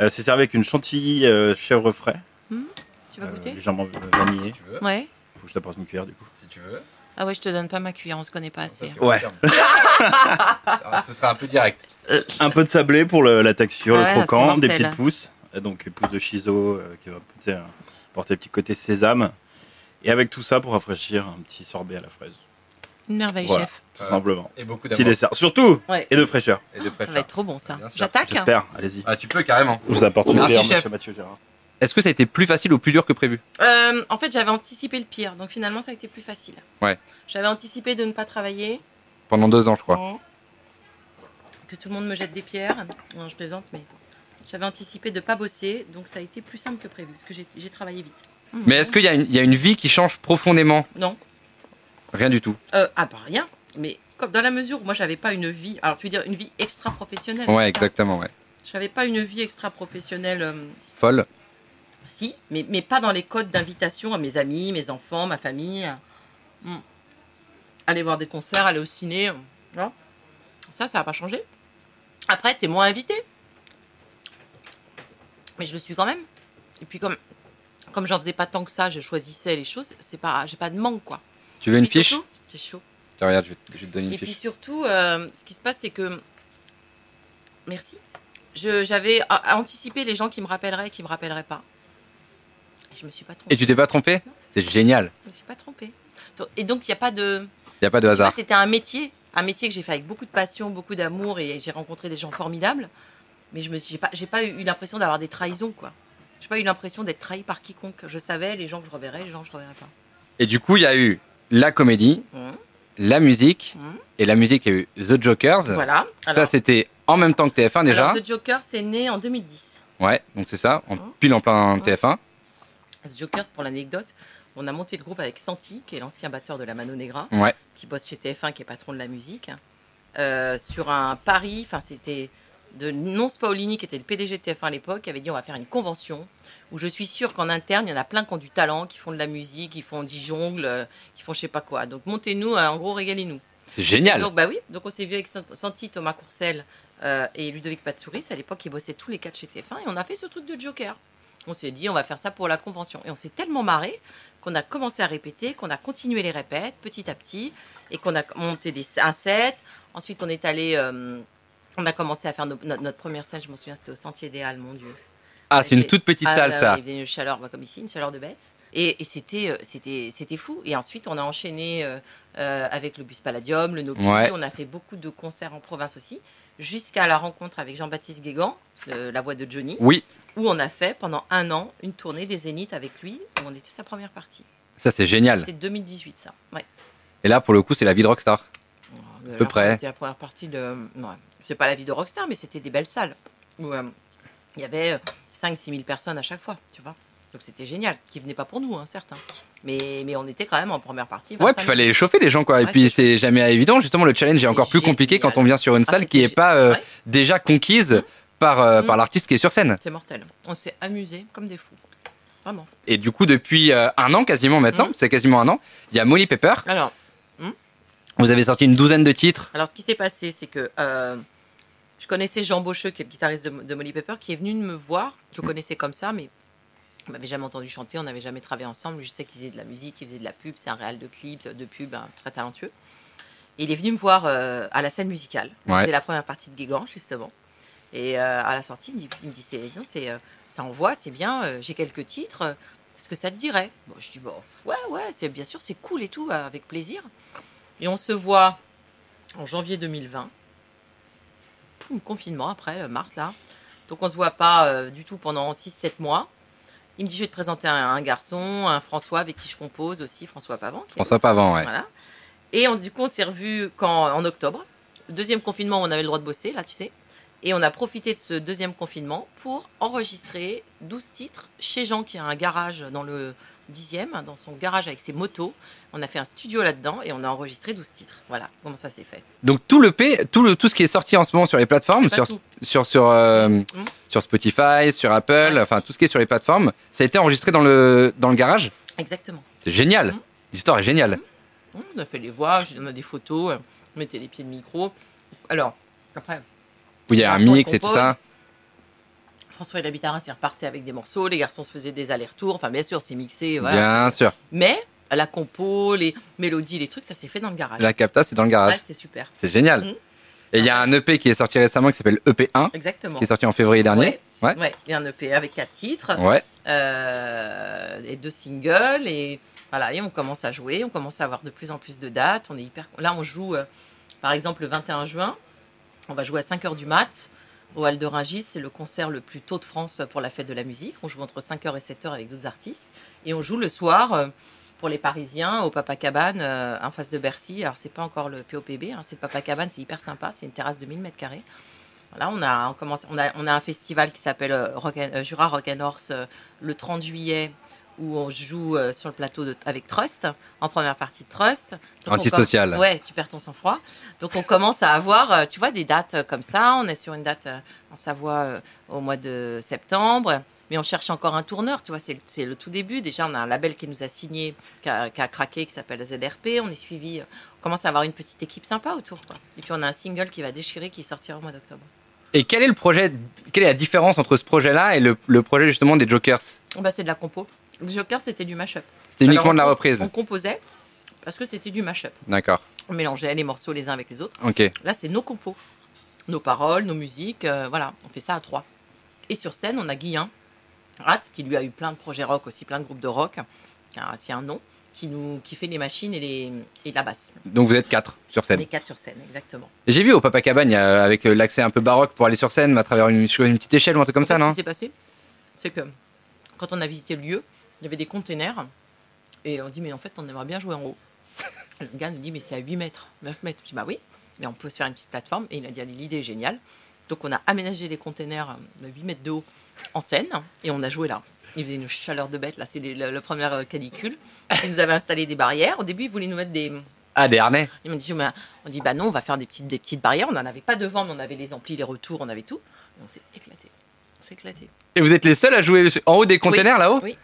Euh, c'est servi avec une chantilly euh, chèvre frais,
Tu vas
euh,
goûter
légèrement vanillée.
tu veux,
Ouais.
Faut que je t'apporte une cuillère du coup.
si tu veux.
Ah ouais, je te donne pas ma cuillère, on se connaît pas assez.
Ouais.
Alors, ce sera un peu direct.
Un peu de sablé pour le- la texture,
Ah ouais,
le croquant,
c'est
des
mortel.
petites pousses. Euh, Donc pousses de chiso euh, qui va tu sais, euh, porter le petit côté sésame. Et avec tout ça pour rafraîchir un petit sorbet à la fraise.
Une merveille,
Voilà.
chef.
Tout
Ouais.
simplement.
Et beaucoup
Petit dessert. Surtout
Ouais.
Et de fraîcheur.
Et de
Ça va être trop bon, ça.
Bien sûr.
J'attaque
J'espère. Allez-y.
Ah, tu peux carrément.
Je vous apporte une
Merci,
bière,
chef.
monsieur Mathieu Gérard.
Est-ce que ça a été plus facile ou plus dur que prévu
Euh, En fait, j'avais anticipé le pire, donc finalement, ça a été plus facile.
Ouais.
J'avais anticipé de ne pas travailler,
Pendant deux ans, je crois.
Oh. que tout le monde me jette des pierres. Non, je plaisante, mais j'avais anticipé de pas bosser, donc ça a été plus simple que prévu, parce que j'ai j'ai travaillé vite. Mhm.
Mais est-ce qu'il y, a une- il y a une vie qui change profondément
Non.
Rien du tout.
Euh, ah bah rien, mais comme dans la mesure où moi j'avais pas une vie, alors tu veux dire une vie extra professionnelle.
Ouais,
c'est ça
exactement, ouais.
J'avais pas une vie extra professionnelle, euh,
Folle.
si, mais, mais pas dans les codes d'invitation à mes amis, mes enfants, ma famille. Hmm. Aller voir des concerts, aller au ciné, euh, non ça, ça n'a pas changé. Après, t'es moins invité. Mais je le suis quand même. Et puis comme, comme j'en faisais pas tant que ça, je choisissais les choses, c'est pas, j'ai pas de manque quoi.
Tu veux une
Puis
fiche
surtout, J'ai chaud.
Tiens, regarde, je vais, te- je vais te donner une
Et puis
fiche.
surtout, euh, ce qui se passe, c'est que. Merci. Je- J'avais a- anticipé les gens qui me rappelleraient et qui me rappelleraient pas. Et je me suis pas
Et
trompée.
tu t'es pas trompé C'est génial.
Je me suis pas trompée. Donc- Et donc, il n'y a pas de.
Il y a pas de
Tu vois,
hasard.
C'était un métier, un métier que j'ai fait avec beaucoup de passion, beaucoup d'amour et j'ai rencontré des gens formidables. Mais je me suis j'ai pas, j'ai pas eu l'impression d'avoir des trahisons, quoi. J'ai pas eu l'impression d'être trahi par quiconque. Je savais les gens que je reverrais, les gens que je reverrais pas.
Et du coup, il y a eu la comédie,
Mhm.
la musique,
Mhm.
et la musique, il y a eu The Jokers.
Voilà.
ça, c'était en même temps que TF1 déjà.
alors, The Joker, c'est né en 2010.
Ouais, donc c'est ça, en
Mhm.
pile en plein TF1.
The Jokers, pour l'anecdote, on a monté le groupe avec Santi, qui est l'ancien batteur de la Mano Negra,
Ouais.
qui bosse chez TF1, qui est patron de la musique, euh, sur un pari, enfin c'était de Nonce Paolini, qui était le PDG de TF1 à l'époque, qui avait dit on va faire une convention, où je suis sûr qu'en interne, il y en a plein qui ont du talent, qui font de la musique, qui font du jongle, euh, qui font je sais pas quoi. Donc montez-nous, euh, en gros régalez-nous.
C'est génial.
Donc bah oui, donc on s'est vu avec Sant- Santi, Thomas Courcelles euh, et Ludovic Patsouris, à l'époque ils bossaient tous les quatre chez TF1 et on a fait ce truc de Joker. On s'est dit on va faire ça pour la convention et on s'est tellement marré qu'on a commencé à répéter, qu'on a continué les répètes petit à petit et qu'on a monté des, un set. Ensuite on est allé, euh, on a commencé à faire nos- notre, notre première scène, je m'en souviens, c'était au Sentier des Halles, mon Dieu.
ah, c'est une
c'est-
toute petite
Ah,
salle,
bah
ça.
oui, Il y avait une chaleur, bah, comme ici, une chaleur de bête. Et, et c'était, euh, c'était, c'était fou. Et ensuite, on a enchaîné euh, euh, avec le bus Palladium, le Nopi.
Ouais.
On a fait beaucoup de concerts en province aussi, jusqu'à la rencontre avec Jean-Baptiste Guégan, euh, la voix de Johnny,
Oui,
où on a fait pendant un an une tournée des Zéniths avec lui, où on était sa première partie.
ça, c'est génial.
C'était 2018, ça. Ouais.
Et là, pour le coup, c'est la vie de rockstar.
À
peu près.
C'était la première partie de. ouais. C'est pas la vie de Rockstar, mais c'était des belles salles. Où euh, il y avait 5-6 000 personnes à chaque fois, tu vois. Donc c'était génial. Qui venaient pas pour nous, hein, certes. hein. Mais, mais on était quand même en première partie.
Ouais,
25
puis
000.
fallait chauffer les gens, quoi. Et
bah, Ouais,
puis,
c'est
c'est jamais évident. Justement, le challenge est encore plus compliqué
génial.
quand on vient sur une
Ah,
salle
c'était
qui est
gé-
pas euh,
Ouais.
déjà conquise par, euh,
Mhm.
par l'artiste qui est sur scène.
C'est mortel. On s'est amusés comme des fous. Vraiment.
Et du coup, depuis euh, un an quasiment maintenant,
Mm.
c'est quasiment un an, il y a Molly Pepper.
Alors,
Vous avez sorti une douzaine de titres.
alors ce qui s'est passé, c'est que euh, je connaissais Jean Bocheux, qui est le guitariste de, de Molly Pepper, qui est venu me voir. Je le connaissais comme ça, mais on m'avait jamais entendu chanter, on n'avait jamais travaillé ensemble. Je sais qu'il faisait de la musique, il faisait de la pub, c'est un réal de clips, de pub, hein, très talentueux. Et il est venu me voir euh, à la scène musicale.
Ouais.
C'était la première partie de Guégan, justement. Et euh, à la sortie, il me dit, il me dit, c'est, non, c'est, euh, ça envoie, c'est bien, euh, j'ai quelques titres, euh, est-ce que ça te dirait bon, Je dis, bon, ouais, ouais, c'est, bien sûr, c'est cool et tout, euh, avec plaisir. Et on se voit en janvier 2020. fou le confinement après, euh, mars là. Donc on se voit pas euh, du tout pendant 6-7 mois. Il me dit je vais te présenter un, un garçon, un François avec qui je compose aussi, François Pavant. qui est-
François Pavant, ouais.
Voilà. Et on, du coup on s'est revus quand, en octobre. Deuxième confinement, on avait le droit de bosser là, tu sais. Et on a profité de ce deuxième confinement pour enregistrer 12 titres chez Jean qui a un garage dans le 10e, dans son garage avec ses motos. On a fait un studio là-dedans et on a enregistré 12 titres. Voilà comment ça s'est fait.
Donc tout le P, tout le tout ce qui est sorti en ce moment sur les plateformes,
C'est
sur
pas tout.
sur sur euh, sur Spotify, sur Apple, enfin tout ce qui est sur les plateformes, ça a été enregistré dans le dans le garage.
Exactement.
C'est génial.
Mhm.
L'histoire est géniale.
On a fait les voix, on a des photos, on mettait les pieds de micro. Alors, après,
Où il y a un
Garçon, il
mix et tout
compose.
ça.
François et la guitare s'y repartaient avec des morceaux, les garçons se faisaient des allers-retours. Enfin, bien sûr, c'est mixé. Voilà.
Bien sûr.
Mais la compo, les mélodies, les trucs, ça s'est fait dans le garage.
La capta, c'est dans le garage.
Ouais, c'est super.
C'est génial.
Mhm.
Et il y a un EP qui est sorti récemment qui s'appelle EP1,
Exactement.
qui est sorti en février dernier. Ouais.
Ouais. Ouais, il y a un EP avec quatre titres
Ouais.
euh, et deux singles et voilà et on commence à jouer, on commence à avoir de plus en plus de dates. On est hyper. Là, on joue euh, par exemple le 21 juin, on va jouer à 5 h du mat au Hall de Rungis. C'est le concert le plus tôt de France pour la fête de la musique. On joue entre 5 h et 7 h avec d'autres artistes et on joue le soir. euh, pour les Parisiens, au Papa Cabane, euh, en face de Bercy. Alors, c'est pas encore le POPB, hein, c'est le Papa Cabane, c'est hyper sympa, c'est une terrasse de 1000 mètres carrés. Voilà, on a, on, commence, on, a, on a un festival qui s'appelle euh, Rock and- euh, Jura Rock and Horse euh, le 30 juillet, où on joue euh, sur le plateau de, avec Trust, en première partie de Trust. Donc, on
Antisocial.
comm- Ouais, tu perds ton sang-froid. Donc on commence à avoir, euh, tu vois, des dates euh, comme ça. On est sur une date euh, en Savoie euh, au mois de septembre. Mais on cherche encore un tourneur, tu vois, c'est c'est le tout début. Déjà, on a un label qui nous a signé, qui a, qui a craqué, qui s'appelle ZRP. On est suivi, euh, on commence à avoir une petite équipe sympa autour. quoi. Et puis, on a un single qui va déchirer, qui sortira au mois d'octobre.
Et quel est le projet Quelle est la différence entre ce projet-là et le, le projet justement des Jokers
Bon, bah, c'est de la compo. Le Joker, c'était du mashup.
C'était uniquement
Alors,
de la
on-
reprise.
On composait parce que c'était du mashup.
D'accord.
On mélangeait les morceaux les uns avec les autres.
Ok.
Là, c'est nos compos, nos paroles, nos musiques. euh, voilà, on fait ça à trois. Et sur scène, on a Guillain Rat, qui lui a eu plein de projets rock aussi, plein de groupes de rock, qui a aussi un nom, qui, nous, qui fait les machines et, les, et la basse.
Donc vous êtes quatre sur scène.
Les quatre sur scène, exactement.
Et J'ai vu au Papa Cabane, il y a- avec euh, l'accès un peu baroque pour aller sur scène, mais à travers une, je crois, une petite échelle ou un truc comme ça,
En fait, Ce
non
qui s'est passé, c'est que quand on a visité le lieu, il y avait des containers et on dit mais en fait on aimerait bien jouer en haut. Le gars nous dit mais c'est à 8 mètres, 9 mètres. Je dis bah oui, mais on peut se faire une petite plateforme et il a dit allez, l'idée est géniale. Donc on a aménagé les containers de 8 mètres de haut en scène et on a joué là. Il faisait une chaleur de bête là, c'est les- la, la première euh, canicule. Ils nous avaient installé des barrières. Au début ils voulaient nous mettre des
Ah, des harnais
ils m'ont dit, mais on dit, bah non, on va faire des petites, des petites barrières. On n'en avait pas devant, mais on avait les amplis, les retours, on avait tout. Et on s'est éclaté. On s'est éclaté.
Et vous êtes les seuls à jouer en haut des containers là-haut
Oui.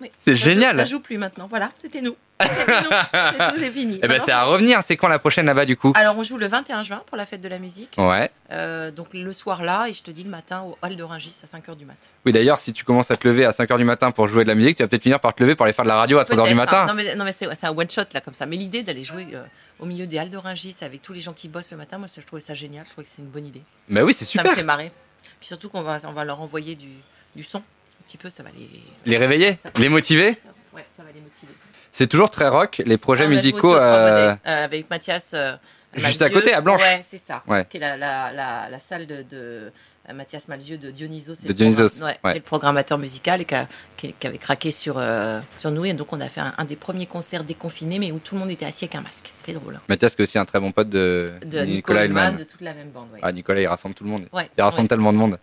Oui.
C'est
Ça joue-
génial.
Ça joue plus maintenant. Voilà, c'était nous. C'était nous. C'est tout, c'est fini.
Eh ben
Maintenant,
c'est à revenir, c'est quand la prochaine là-bas du coup
Alors, on joue le 21 juin pour la fête de la musique.
Ouais.
Euh, donc, le soir là, et je te dis le matin au hall de Rungis à 5h du mat.
Oui, d'ailleurs, si tu commences à te lever à 5h du matin pour jouer de la musique, tu vas peut-être finir par te lever pour aller faire de la radio à 3h du
Peut-être, hein.
matin.
Non, mais, non, mais c'est c'est un one shot là comme ça. Mais l'idée d'aller jouer euh, au milieu des halles de Rungis avec tous les gens qui bossent le matin, moi, ça, je trouvais ça génial. Je trouvais que c'est une bonne idée.
Bah oui, c'est
Ça
super.
me fait marrer. Puis surtout qu'on va, on va leur envoyer du, du son. Un petit peu, ça va les.
Les réveiller, les motiver.
Ouais, ça va les motiver.
C'est toujours très rock, les projets
Ah, on a joué
musicaux.
aussi au Trois
euh,
Bonnets, euh, avec Mathias. euh,
Juste
Malzieu.
à côté, à Blanche.
Ouais, c'est ça.
Ouais.
Qui est la, la, la, la salle de, de euh, Mathias Malzieu de Dionysos.
De
c'est le programme-
Dionysos,
Ouais,
ouais.
Qui est le programmateur musical et qui, a- qui- qui avait craqué sur, euh, sur nous. Et donc, on a fait un, un des premiers concerts déconfinés, mais où tout le monde était assis avec un masque. C'était drôle. hein.
Mathias, qui est aussi un très bon pote de,
De
Nicolas,
Nicolas
Hulman.
Hulman, de toute la même bande. Ouais.
Ah, Nicolas, il rassemble tout le monde.
Ouais,
Il rassemble
ouais.
tellement de monde.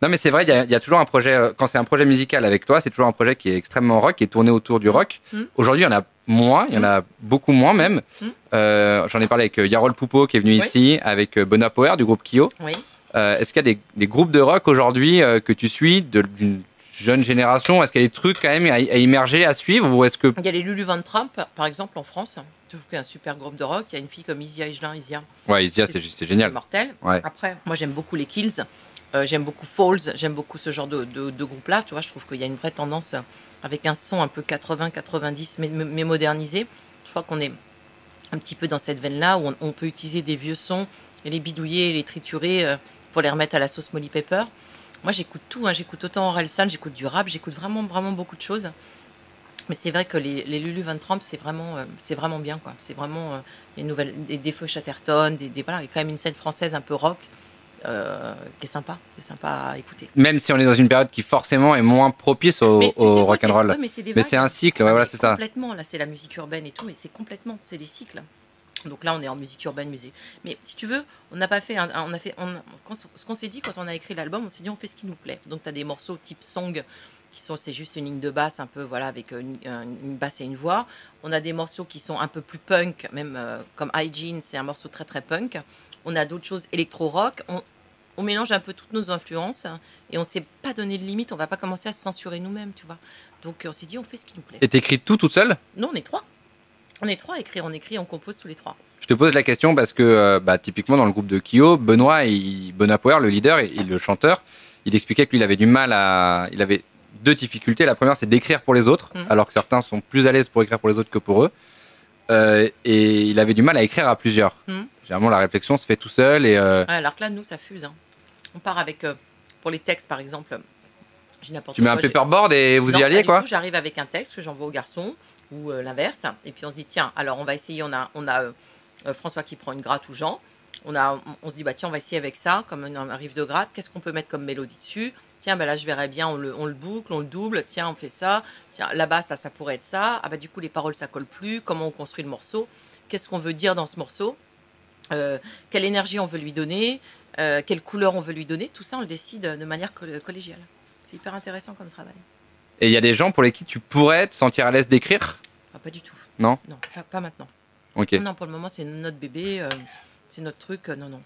Non, mais c'est vrai, il y, a- il y a toujours un projet. euh, Quand c'est un projet musical avec toi, c'est toujours un projet qui est extrêmement rock, qui est tourné autour du rock.
Mm.
Aujourd'hui, il y en a moins, il y en a beaucoup moins même.
Mm.
Euh, J'en ai parlé avec euh, Yarol Poupeau qui est venu
Oui.
ici, avec euh, Benoît Power du groupe Kyo.
Oui.
Euh, Est-ce qu'il y a des, des groupes de rock aujourd'hui euh, que tu suis de- d'une jeune génération Est-ce qu'il y a des trucs quand même à, à immerger, à suivre Ou est-ce que.
Il y a les Lulu Van Trump, par exemple, en France. Je trouve qu'il y a un super groupe de rock. Il y a une fille comme Isia Higelin, Isia,
Ouais, Isia, c'est c'est génial.
mortelle.
Ouais.
Après, moi, j'aime beaucoup les Kills. euh, j'aime beaucoup Falls. J'aime beaucoup ce genre de, de, de groupe-là. Tu vois, je trouve qu'il y a une vraie tendance euh, avec un son un peu 80-90, mais, mais- mais modernisé. Je crois qu'on est un petit peu dans cette veine-là où on, on peut utiliser des vieux sons et les bidouiller et les triturer euh, pour les remettre à la sauce Molly Pepper. Moi, j'écoute tout. hein. J'écoute autant Orelsan, j'écoute du rap, j'écoute vraiment, vraiment beaucoup de choses. Mais c'est vrai que les, les Lulu 23, c'est vraiment, euh, c'est vraiment bien, quoi. C'est vraiment euh, les nouvelles, des, des Feux Chatterton, des, des- voilà, il y a quand même une scène française un peu rock euh, qui est sympa, qui est sympa à écouter.
Même si on est dans une période qui forcément est moins propice au,
Mais tu sais
au
quoi,
rock'n'roll.
c'est- ouais, Mais c'est des
Mais
vagues.
c'est un cycle, ouais, voilà, c'est ça.
Ah, Complètement, là, c'est la musique urbaine et tout, mais c'est complètement, c'est des cycles. Donc là, on est en musique urbaine, musée. Mais si tu veux, on n'a pas fait, un- un- on a fait, on- ce qu'on- ce qu'on s'est dit quand on a écrit l'album, on s'est dit on fait ce qui nous plaît. Donc tu as des morceaux type song qui sont, c'est juste une ligne de basse un peu, voilà, avec euh, une, une- une basse et une voix. On a des morceaux qui sont un peu plus punk, même euh, comme Hygiene, c'est un morceau très très punk. On a d'autres choses électro-rock. On, on mélange un peu toutes nos influences hein, et on s'est pas donné de limite. On va pas commencer à se censurer nous-mêmes, tu vois. Donc euh, on s'est dit on fait ce qui nous plaît.
Et t'écris tout toute seule
Non, on est trois. On est trois à écrire, on écrit, on compose tous les trois.
Je te pose la question parce que, euh, bah, typiquement, dans le groupe de Kyo, Benoît, il, Benoît Power, le leader et, et le chanteur, il expliquait que lui, il avait du mal à. Il avait deux difficultés. La première, c'est d'écrire pour les autres,
Mhm.
alors que certains sont plus à l'aise pour écrire pour les autres que pour eux. Euh, et il avait du mal à écrire à plusieurs.
Mhm.
Généralement, la réflexion se fait tout seul et. euh,
Ouais, alors que là, nous, ça fuse. hein. On part avec, euh, pour les textes par exemple, j'ai n'importe
tu mets
quoi,
un
j'ai-
paperboard et vous
Non,
y
pas
alliez,
du
quoi
tout, J'arrive avec un texte que j'envoie aux garçons ou euh, l'inverse, et puis on se dit tiens, alors on va essayer. On a, on a euh, euh, François qui prend une gratte ou Jean. On a, on, on se dit bah tiens, on va essayer avec ça comme une- un rive de gratte. Qu'est-ce qu'on peut mettre comme mélodie dessus Tiens, bah là je verrais bien, on le, on le boucle, on le double. Tiens, on fait ça. Tiens, là-bas ça, ça pourrait être ça. Ah bah du coup les paroles ça colle plus. Comment on construit le morceau Qu'est-ce qu'on veut dire dans ce morceau Euh, Quelle énergie on veut lui donner Euh, Quelle couleur on veut lui donner Tout ça on le décide de manière coll- collégiale. C'est hyper intéressant comme travail.
Et il y a des gens pour lesquels tu pourrais te sentir à l'aise d'écrire
Ah, pas du tout.
Non
Non, pas, pas maintenant.
Ok.
Non, pour le moment, c'est notre bébé, euh, c'est notre truc. euh, non, non.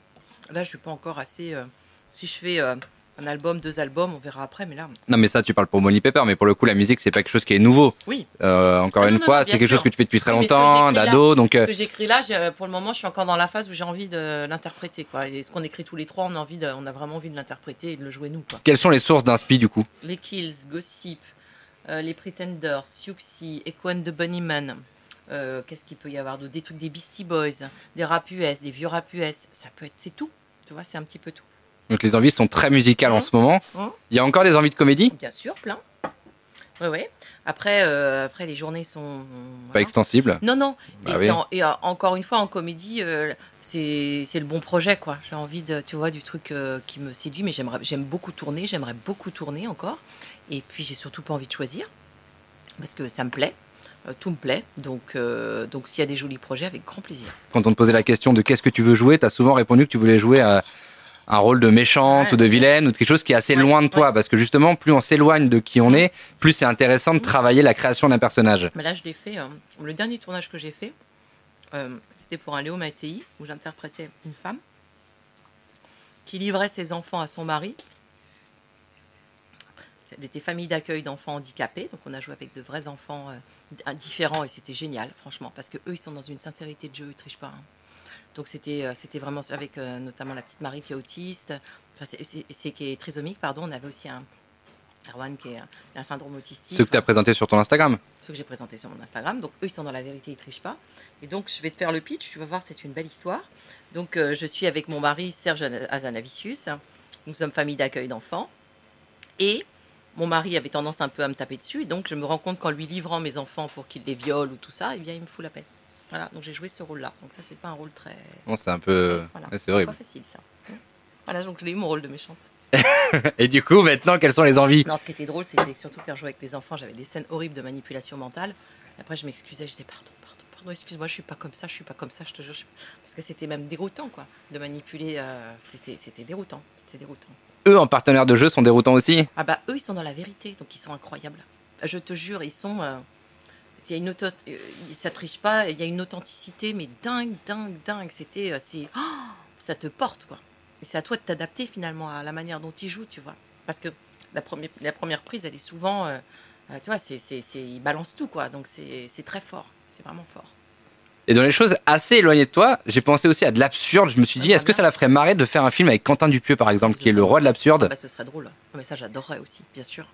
Là, je suis pas encore assez. euh, si je fais euh, un album, deux albums, on verra après, mais là.
Non, mais ça, tu parles pour Molly Pepper, mais pour le coup, la musique, c'est pas quelque chose qui est nouveau.
Oui.
Euh, encore
Ah,
une
non, non,
fois,
non,
c'est
bien
quelque
sûr.
chose que tu fais depuis très
Oui, mais ce que
longtemps,
j'écris là,
d'ado, donc. euh,
Ce que j'écris là, j'ai- euh, pour le moment, je suis encore dans la phase où j'ai envie de l'interpréter, quoi. Et ce qu'on écrit tous les trois, on a, envie de- on a vraiment envie de l'interpréter et de le jouer nous, quoi.
Quelles sont les sources d'inspi du coup
Les Kills, Gossip, euh, les Pretenders, Siouxsie, Echo and the Bunnyman. Euh, Qu'est-ce qu'il peut y avoir d'autre Des trucs des Beastie Boys, des rap US, des vieux rap US. Ça peut être, c'est tout. Tu vois, c'est un petit peu tout.
Donc les envies sont très musicales en
Mhm.
ce moment.
Mhm.
Il y a encore des envies de comédie
Bien sûr, plein. Oui, oui. Après, euh, après, les journées sont.
Pas
voilà.
extensible.
Non, non.
Bah
et
oui.
c'est en- et euh, encore une fois, en comédie, euh, c'est c'est le bon projet, quoi. J'ai envie de, tu vois, du truc euh, qui me séduit, mais j'aimerais, j'aime beaucoup tourner, j'aimerais beaucoup tourner encore. Et puis, j'ai surtout pas envie de choisir parce que ça me plaît. euh, Tout me plaît, donc euh, donc s'il y a des jolis projets, avec grand plaisir.
Quand on te posait la question de qu'est-ce que tu veux jouer, t'as souvent répondu que tu voulais jouer à un rôle de méchante
Ouais.
ou de vilaine ou de quelque chose qui est assez
Ouais,
loin de toi. Parce que justement, plus on s'éloigne de qui on est, plus c'est intéressant de travailler la création d'un personnage.
Mais là, je l'ai fait. euh, le dernier tournage que j'ai fait, euh, c'était pour un Léo Mattei où j'interprétais une femme qui livrait ses enfants à son mari. C'était des familles d'accueil d'enfants handicapés, donc on a joué avec de vrais enfants euh, d- différents et c'était génial, franchement, parce que eux, ils sont dans une sincérité de jeu, ils trichent pas. hein. Donc c'était euh, c'était vraiment avec euh, notamment la petite Marie qui est autiste, enfin, c'est- c'est c'est- qui est trisomique, pardon. On avait aussi un Erwan qui est un, un syndrome autistique.
Ce que t'as présenté sur ton Instagram.
Ceux que j'ai présenté sur mon Instagram. Donc eux, ils sont dans la vérité, ils trichent pas. Et donc je vais te faire le pitch, tu vas voir, c'est une belle histoire. Donc euh, je suis avec mon mari Serge Azanavicius. Nous sommes famille d'accueil d'enfants. Et mon mari avait tendance un peu à me taper dessus. Et donc je me rends compte qu'en lui livrant mes enfants pour qu'il les viole ou tout ça, eh bien il me fout la paix. Voilà, donc j'ai joué ce rôle-là. Donc ça, c'est pas un rôle très.
Bon, c'est un peu.
Voilà.
Euh, ouais, c'est horrible.
Pas facile ça. Voilà, donc j'ai eu mon rôle de méchante.
Et du coup, maintenant, quelles sont les envies
Non, ce qui était drôle, c'était surtout quand je jouais avec les enfants, j'avais des scènes horribles de manipulation mentale. Et après, je m'excusais, je disais pardon, pardon, pardon, excuse-moi, je suis pas comme ça, je suis pas comme ça, je te jure. je suis pas- Parce que c'était même déroutant, quoi. De manipuler, euh, c'était c'était déroutant. C'était déroutant.
Eux, en partenaire de jeu, sont déroutants aussi.
Ah bah, eux, ils sont dans la vérité, donc ils sont incroyables. Bah, Je te jure, ils sont. euh, il y a une auto- euh, ça triche pas, il y a une authenticité, mais dingue, dingue, dingue. C'était. euh, c'est- ah, ça te porte, quoi. Et c'est à toi de t'adapter finalement à la manière dont ils jouent, tu vois. Parce que la première, la première prise, elle est souvent. euh, euh, tu vois, c'est, c'est, c'est- ils balancent tout, quoi. Donc c'est, c'est très fort. C'est vraiment fort.
Et dans les choses assez éloignées de toi, j'ai pensé aussi à de l'absurde. Je me suis dit,
Ah,
est-ce que
voilà.
ça la ferait marrer de faire un film avec Quentin Dupieux, par exemple, qui est le roi de l'absurde
Ah bah, ce serait drôle. Ah, Mais ça, j'adorerais aussi, bien sûr.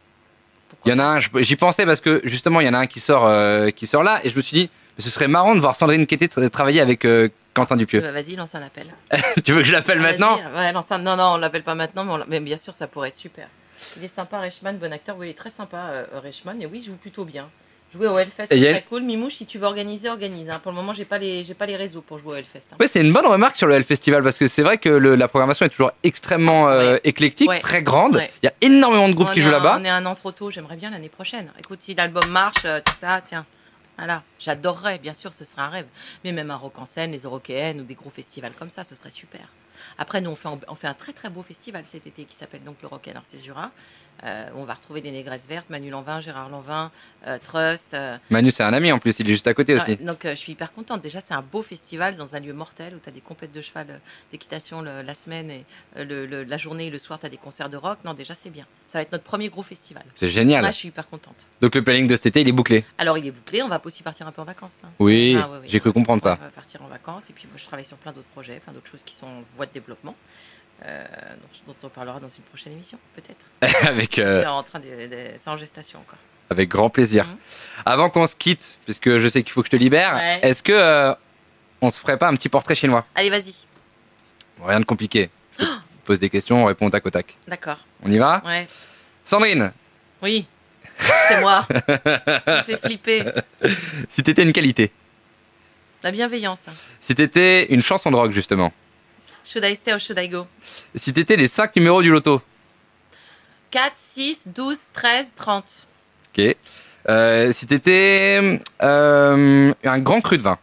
Il y en a un, je- j'y pensais parce que justement, il y en a un qui sort, euh, qui sort là, et je me suis dit, ce serait marrant de voir Sandrine Quété tra- travailler avec euh, Quentin Dupieux.
Vas-y, lance un appel.
tu veux que je l'appelle
Ah,
maintenant
vas-y. Ouais, non, ça- non, non, on l'appelle pas maintenant, mais, on l'a- mais bien euh, sûr, ça pourrait être super. Il est sympa, Reichmann, bon acteur. Oui, il est très sympa, euh, Reichmann. Et oui, il joue plutôt bien. Jouer au Hellfest,
Et
c'est
y a-
très cool. Mimouche, si tu veux organiser, organise. hein. Pour le moment, j'ai pas les, j'ai pas les réseaux pour jouer au Hellfest. hein.
Ouais, c'est une bonne remarque sur le Hell Festival parce que c'est vrai que le- la programmation est toujours extrêmement euh, éclectique,
Ouais.
très grande. Il
Ouais.
y a énormément de groupes
On
qui
est
jouent
un-
là-bas.
On est un an trop tôt, j'aimerais bien l'année prochaine. Écoute, si l'album marche, euh, tout ça, tiens. Voilà, j'adorerais, bien sûr, ce serait un rêve. Mais même un rock en scène, les Eurocaennes ou des gros festivals comme ça, ce serait super. Après, nous, on fait, on fait un très très beau festival cet été qui s'appelle donc le Rock en Arcésura. Euh, où on va retrouver les Négresses Vertes, Manu Lanvin, Gérard Lanvin, euh, Trust. euh,
Manu, c'est un ami en plus, il est juste à côté
Ouais,
aussi.
donc euh, je suis hyper contente. Déjà, c'est un beau festival dans un lieu mortel où tu as des compètes de cheval euh, d'équitation le- la semaine et euh, le- le- la journée et le soir, tu as des concerts de rock. Non, déjà, c'est bien. Ça va être notre premier gros festival.
C'est génial.
Là, je suis hyper contente.
Donc le planning de cet été, il est bouclé.
Alors, il est bouclé. On va aussi partir un peu en vacances. hein.
Oui,
Ah, oui, oui.
j'ai cru comprendre ça.
On va partir en vacances. Et puis, moi, je travaille sur plein d'autres projets, plein d'autres choses qui sont en voie de développement. euh, dont, dont on parlera dans une prochaine émission, peut-être.
avec, euh,
C'est en train de, de- c'est en gestation encore.
avec grand plaisir.
Mhm.
Avant qu'on se quitte, puisque je sais qu'il faut que je te libère,
Ouais.
est-ce que euh, on se ferait pas un petit portrait chinois
Allez, vas-y.
Rien de compliqué. Je te pose des questions, on répond au tac au tac.
D'accord.
On y va
Ouais.
Sandrine,
Oui. C'est moi. Tu me fais flipper.
si t'étais une qualité,
La bienveillance. hein.
si t'étais une chanson de rock justement,
Should I stay or should I go
si t'étais les 5 numéros du loto,
4, 6, 12, 13, 30.
ok Euh, si t'étais euh, un grand cru de vin,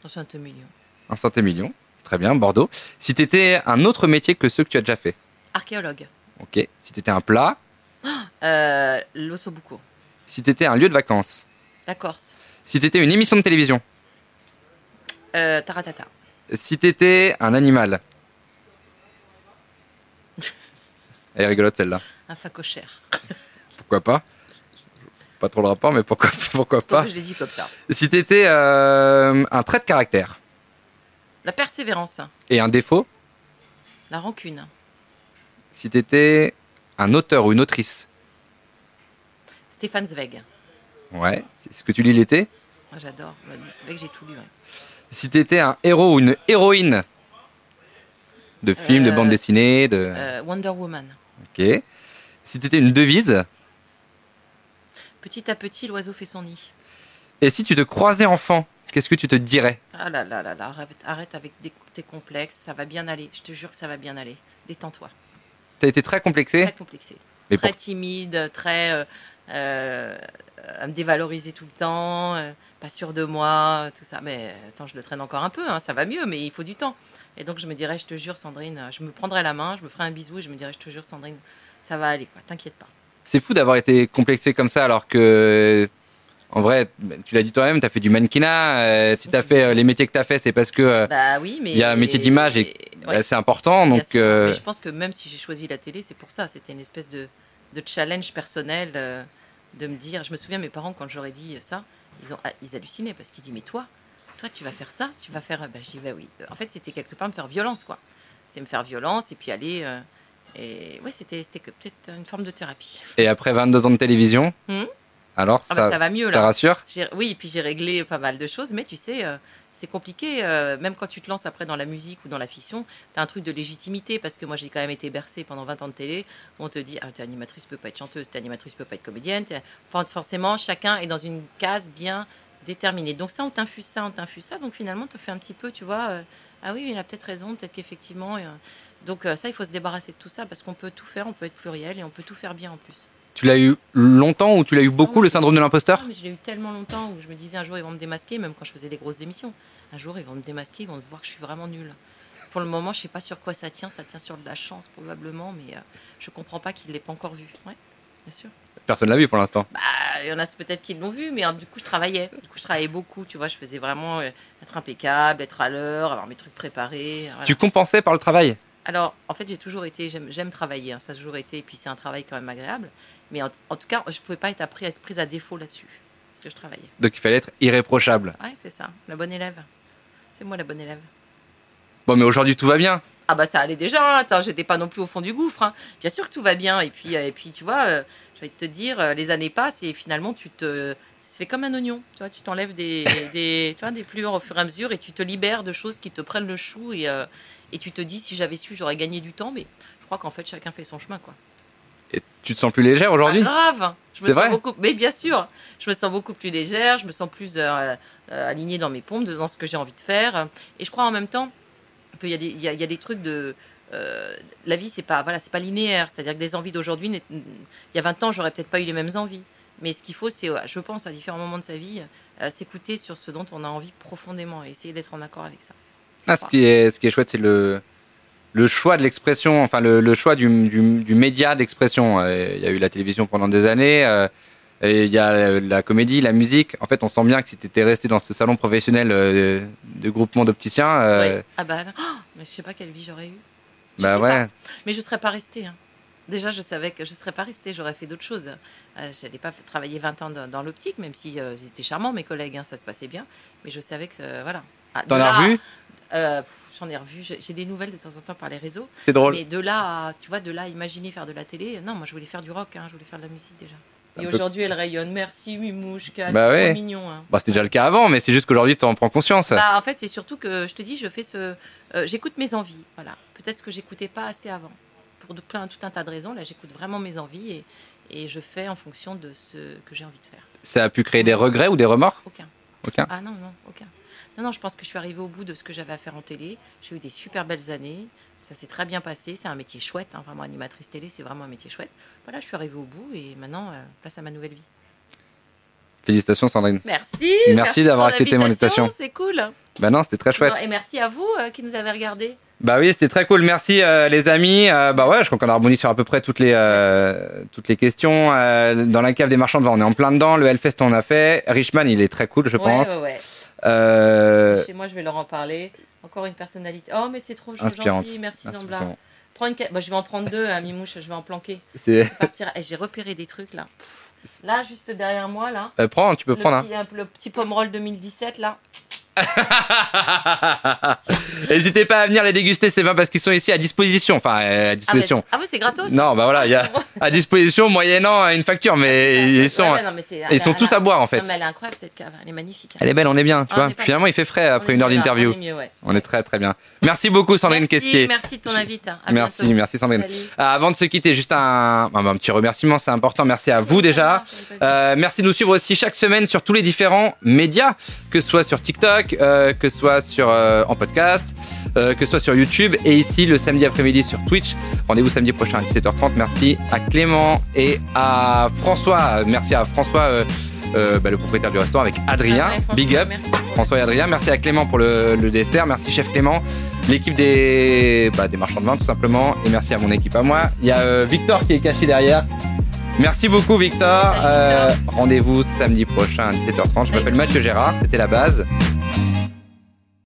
Attention, Oh, un peu million.
un centémillion, très bien, Bordeaux. Si t'étais un autre métier que ceux que tu as déjà fait,
Archéologue.
ok Si t'étais un plat,
Euh, L'ossobuco.
si t'étais un lieu de vacances,
La Corse.
Si t'étais une émission de télévision,
Euh, taratata.
si t'étais un animal. Elle est rigolote celle-là.
Un facochère.
Pourquoi pas Pas trop le rapport, mais pourquoi, pourquoi pas
Pourquoi je l'ai dit comme ça
Si t'étais euh, un trait de caractère
La persévérance.
et un défaut,
La rancune.
si t'étais un auteur ou une autrice.
Stéphane Zweig.
Ouais, c'est ce que tu lis l'été.
Ah, J'adore. Ouais, Zweig, j'ai tout lu. ouais.
Si t'étais un héros ou une héroïne de films, de
Euh,
bande dessinée, de.
Euh, Wonder Woman.
Ok. Si t'étais une devise
Petit à petit, l'oiseau fait son nid.
et si tu te croisais enfant, qu'est-ce que tu te dirais
Ah là là là là, arrête, arrête avec des- tes complexes, ça va bien aller. Je te jure que ça va bien aller. Détends-toi.
T'as été très complexé,
Très complexé.
mais
très timide, très euh, euh, à me dévaloriser tout le temps, euh, pas sûr de moi, euh, tout ça. Mais euh, attends, je le traîne encore un peu, hein, ça va mieux, mais il faut du temps. Et donc je me dirais, je te jure, Sandrine, euh, je me prendrais la main, je me ferais un bisou et je me dirais, je te jure, Sandrine, ça va aller, quoi. T'inquiète pas.
C'est fou d'avoir été complexé comme ça alors que, en vrai, tu l'as dit toi-même, t'as fait du mannequinat. euh, si t'as fait euh, les métiers que t'as fait, c'est parce que euh,
Bah oui, mais
Il y a un métier d'image et-
Ouais,
bah, c'est important.
bien
Donc,
sûr.
euh,
Mais je pense que même si j'ai choisi la télé, c'est pour ça. C'était une espèce de, de challenge personnel euh, de me dire. Je me souviens mes parents quand j'aurais dit ça, ils ont ah, ils hallucinaient parce qu'ils disent mais toi, toi tu vas faire ça, tu vas faire. Bah, je dis bah oui. En fait c'était quelque part me faire violence quoi. C'est me faire violence et puis aller. euh, et ouais c'était c'était que peut-être une forme de thérapie.
et après 22 ans de télévision,
Mhm.
alors
Ah
ça,
bah, ça va mieux,
ça
là.
rassure.
J'ai- Oui, et puis j'ai réglé pas mal de choses, mais tu sais, euh, c'est compliqué, euh, même quand tu te lances après dans la musique ou dans la fiction, tu as un truc de légitimité, parce que moi j'ai quand même été bercée pendant 20 ans de télé, où on te dit, ah, t'es animatrice, tu peux pas être chanteuse, t'es animatrice, tu peux pas être comédienne, t'es- enfin, forcément, chacun est dans une case bien déterminée. Donc ça, on t'infuse ça, on t'infuse ça, donc finalement, tu fais un petit peu, tu vois, euh, ah oui, il a peut-être raison, peut-être qu'effectivement... euh, donc euh, ça, il faut se débarrasser de tout ça, parce qu'on peut tout faire, on peut être pluriel, et on peut tout faire bien en plus.
Tu l'as eu longtemps ou tu l'as eu beaucoup
Ah oui.
le syndrome de l'imposteur
Non, mais je l'ai eu tellement longtemps où je me disais un jour ils vont me démasquer, même quand je faisais des grosses émissions. Un jour ils vont me démasquer, ils vont voir que je suis vraiment nulle. Pour le moment, je sais pas sur quoi ça tient, ça tient sur de la chance probablement, mais euh, je comprends pas qu'ils l'aient pas encore vu. Ouais, bien sûr.
Personne l'a vu pour l'instant.
Bah, il y en a peut-être qui l'ont vu, mais euh, du coup, je travaillais. Du coup, je travaillais beaucoup, tu vois, je faisais vraiment euh, être impeccable, être à l'heure, avoir mes trucs préparés. voilà.
Tu compensais par le travail.
Alors, en fait, j'ai toujours été, j'aime j'aime travailler, hein, ça a toujours été, et puis c'est un travail quand même agréable. Mais en, en tout cas, je pouvais pas être appris- prise à défaut là-dessus, parce que je travaillais.
Donc il fallait être irréprochable.
Ouais, c'est ça, la bonne élève. C'est moi la bonne élève.
Bon, mais aujourd'hui tout va bien.
Ah bah ça allait déjà, hein. attends, j'étais pas non plus au fond du gouffre. hein. Bien sûr que tout va bien. Et puis, euh, et puis tu vois, euh, je vais te dire, euh, les années passent et finalement tu te, tu te fais comme un oignon. Tu vois, tu t'enlèves des, des, tu vois, des plures au fur et à mesure et tu te libères de choses qui te prennent le chou et, euh, et tu te dis si j'avais su j'aurais gagné du temps. Mais je crois qu'en fait chacun fait son chemin quoi.
Et tu te sens plus légère aujourd'hui
Pas grave. Je me
C'est
sens
vrai
beaucoup, mais bien sûr, je me sens beaucoup plus légère, je me sens plus euh, euh, alignée dans mes pompes, de- dans ce que j'ai envie de faire. Et je crois en même temps qu'il y, a des- il y a- il y a des trucs de. euh, la vie, c'est pas voilà, c'est pas linéaire. C'est-à-dire que des envies d'aujourd'hui, n'est- il y a 20 ans, j'aurais peut-être pas eu les mêmes envies. Mais ce qu'il faut, c'est, euh, je pense, à différents moments de sa vie, euh, s'écouter sur ce dont on a envie profondément et essayer d'être en accord avec ça.
Ah, ce, qui est, ce qui est chouette, c'est le, le choix de l'expression, enfin le, le choix du, du, du média d'expression. Euh, Il y a eu la télévision pendant des années, euh, et il y a euh, la comédie, la musique. En fait, on sent bien que si tu étais resté dans ce salon professionnel euh, de groupement d'opticiens, euh,
Ouais. Ah bah, là, oh, mais je sais pas quelle vie j'aurais eu. Je
bah
sais
ouais.
pas. Mais je ne serais pas restée. hein. Déjà, je savais que je ne serais pas restée, j'aurais fait d'autres choses. Euh, je n'allais pas f- travailler 20 ans dans, dans l'optique, même si euh, ils étaient charmants, mes collègues, hein, ça se passait bien. Mais je savais que, euh, voilà. Ah, de
T'en
là
as
à-
revu
euh, pff, J'en ai revu, j'ai j'ai des nouvelles de temps en temps par les réseaux.
C'est drôle.
Mais de là à, tu vois, de là à imaginer faire de la télé, euh, non, moi je voulais faire du rock, hein, je voulais faire de la musique déjà.
Un
Et
peu-
aujourd'hui, elle rayonne. Merci, Mimouchka,
Bah
c'est
ouais.
trop mignon. hein.
Bah, c'était déjà le cas avant, mais c'est juste qu'aujourd'hui, tu en prends conscience.
Bah, en fait, c'est surtout que je te dis, je fais ce, euh, j'écoute mes envies. Voilà. Peut-être que j'écoutais pas assez avant. Pour de plein, tout un tas de raisons, là, j'écoute vraiment mes envies et, et je fais en fonction de ce que j'ai envie de faire.
Ça a pu créer des regrets ou des remords
Aucun.
Aucun.
Ah non, non, aucun. Non, non, je pense que je suis arrivée au bout de ce que j'avais à faire en télé. J'ai eu des super belles années. Ça s'est très bien passé. C'est un métier chouette. hein, vraiment, animatrice télé, c'est vraiment un métier chouette. Voilà, je suis arrivée au bout et maintenant, euh, place à ma nouvelle vie.
Félicitations, Sandrine.
Merci.
Merci
pour
d'avoir
ton
accepté mon invitation.
C'est cool.
Bah non, c'était très chouette.
Et merci à vous euh, qui nous avez regardés.
Bah oui, c'était très cool. Merci euh, les amis. Euh, bah ouais, je crois qu'on a rebondi sur à peu près toutes les euh, toutes les questions. Euh, dans la cave des marchands de vin, on est en plein dedans. Le Hellfest, on a fait. Richman, il est très cool, je
Ouais,
pense.
ouais, ouais.
Euh,
C'est Chez moi, je vais leur en parler. Encore une personnalité. Oh, mais c'est trop
Inspirante.
gentil. Merci,
merci,
Zambla.
Jean.
Prends une ca- bah, je vais en prendre deux, hein, Mimouche. Je vais en planquer.
C'est
Partir. Eh, J'ai repéré des trucs là. Pff, Là, juste derrière moi, là.
Euh, prends, tu peux
le,
prendre.
petit, un- le petit Pomerol 2017, là. Ah,
hein. N'hésitez pas à venir les déguster ces vins parce qu'ils sont ici à disposition. Enfin, euh, à
Ah, mais-
disposition.
ah oui, c'est gratos.
non, bah voilà, il y a à disposition moyennant euh, une facture,
Ah,
mais ils sont ils sont tous à boire en fait.
Non, mais elle est incroyable cette cave. Elle est magnifique.
Elle est belle, on est bien, tu
Ah, bah, on
vois.
est pas-
Finalement, il fait frais
On
après
est
une heure
mieux, là,
d'interview.
on est mieux, ouais.
On est très très bien. Merci beaucoup Sandrine Questier.
Merci, merci de ton
Je-
invite. hein. À
Merci,
bientôt.
merci Sandrine.
Salut.
Ah, Avant de se quitter, juste un, un- un petit remerciement, c'est important. Merci à vous déjà. Euh, merci de nous suivre aussi chaque semaine sur tous les différents médias, que ce soit sur TikTok, euh, que ce soit sur, euh, en podcast, euh, que ce soit sur YouTube et ici le samedi après-midi sur Twitch. Rendez-vous samedi prochain à 17h30. Merci à Clément et à François. Merci à François, euh, euh, bah, le propriétaire du restaurant, avec Adrien.
Ah Ouais, franchement,
Big up.
merci.
François et Adrien. Merci à Clément pour le, le dessert. Merci chef Clément, l'équipe des, bah, des marchands de vin tout simplement. Et merci à mon équipe à moi. Il y a euh, Victor qui est caché derrière. Merci beaucoup Victor.
Salut,
Euh,
Victor.
Rendez-vous samedi prochain à 17h30. Je m'appelle
Avec
Mathieu Gérard. C'était la base.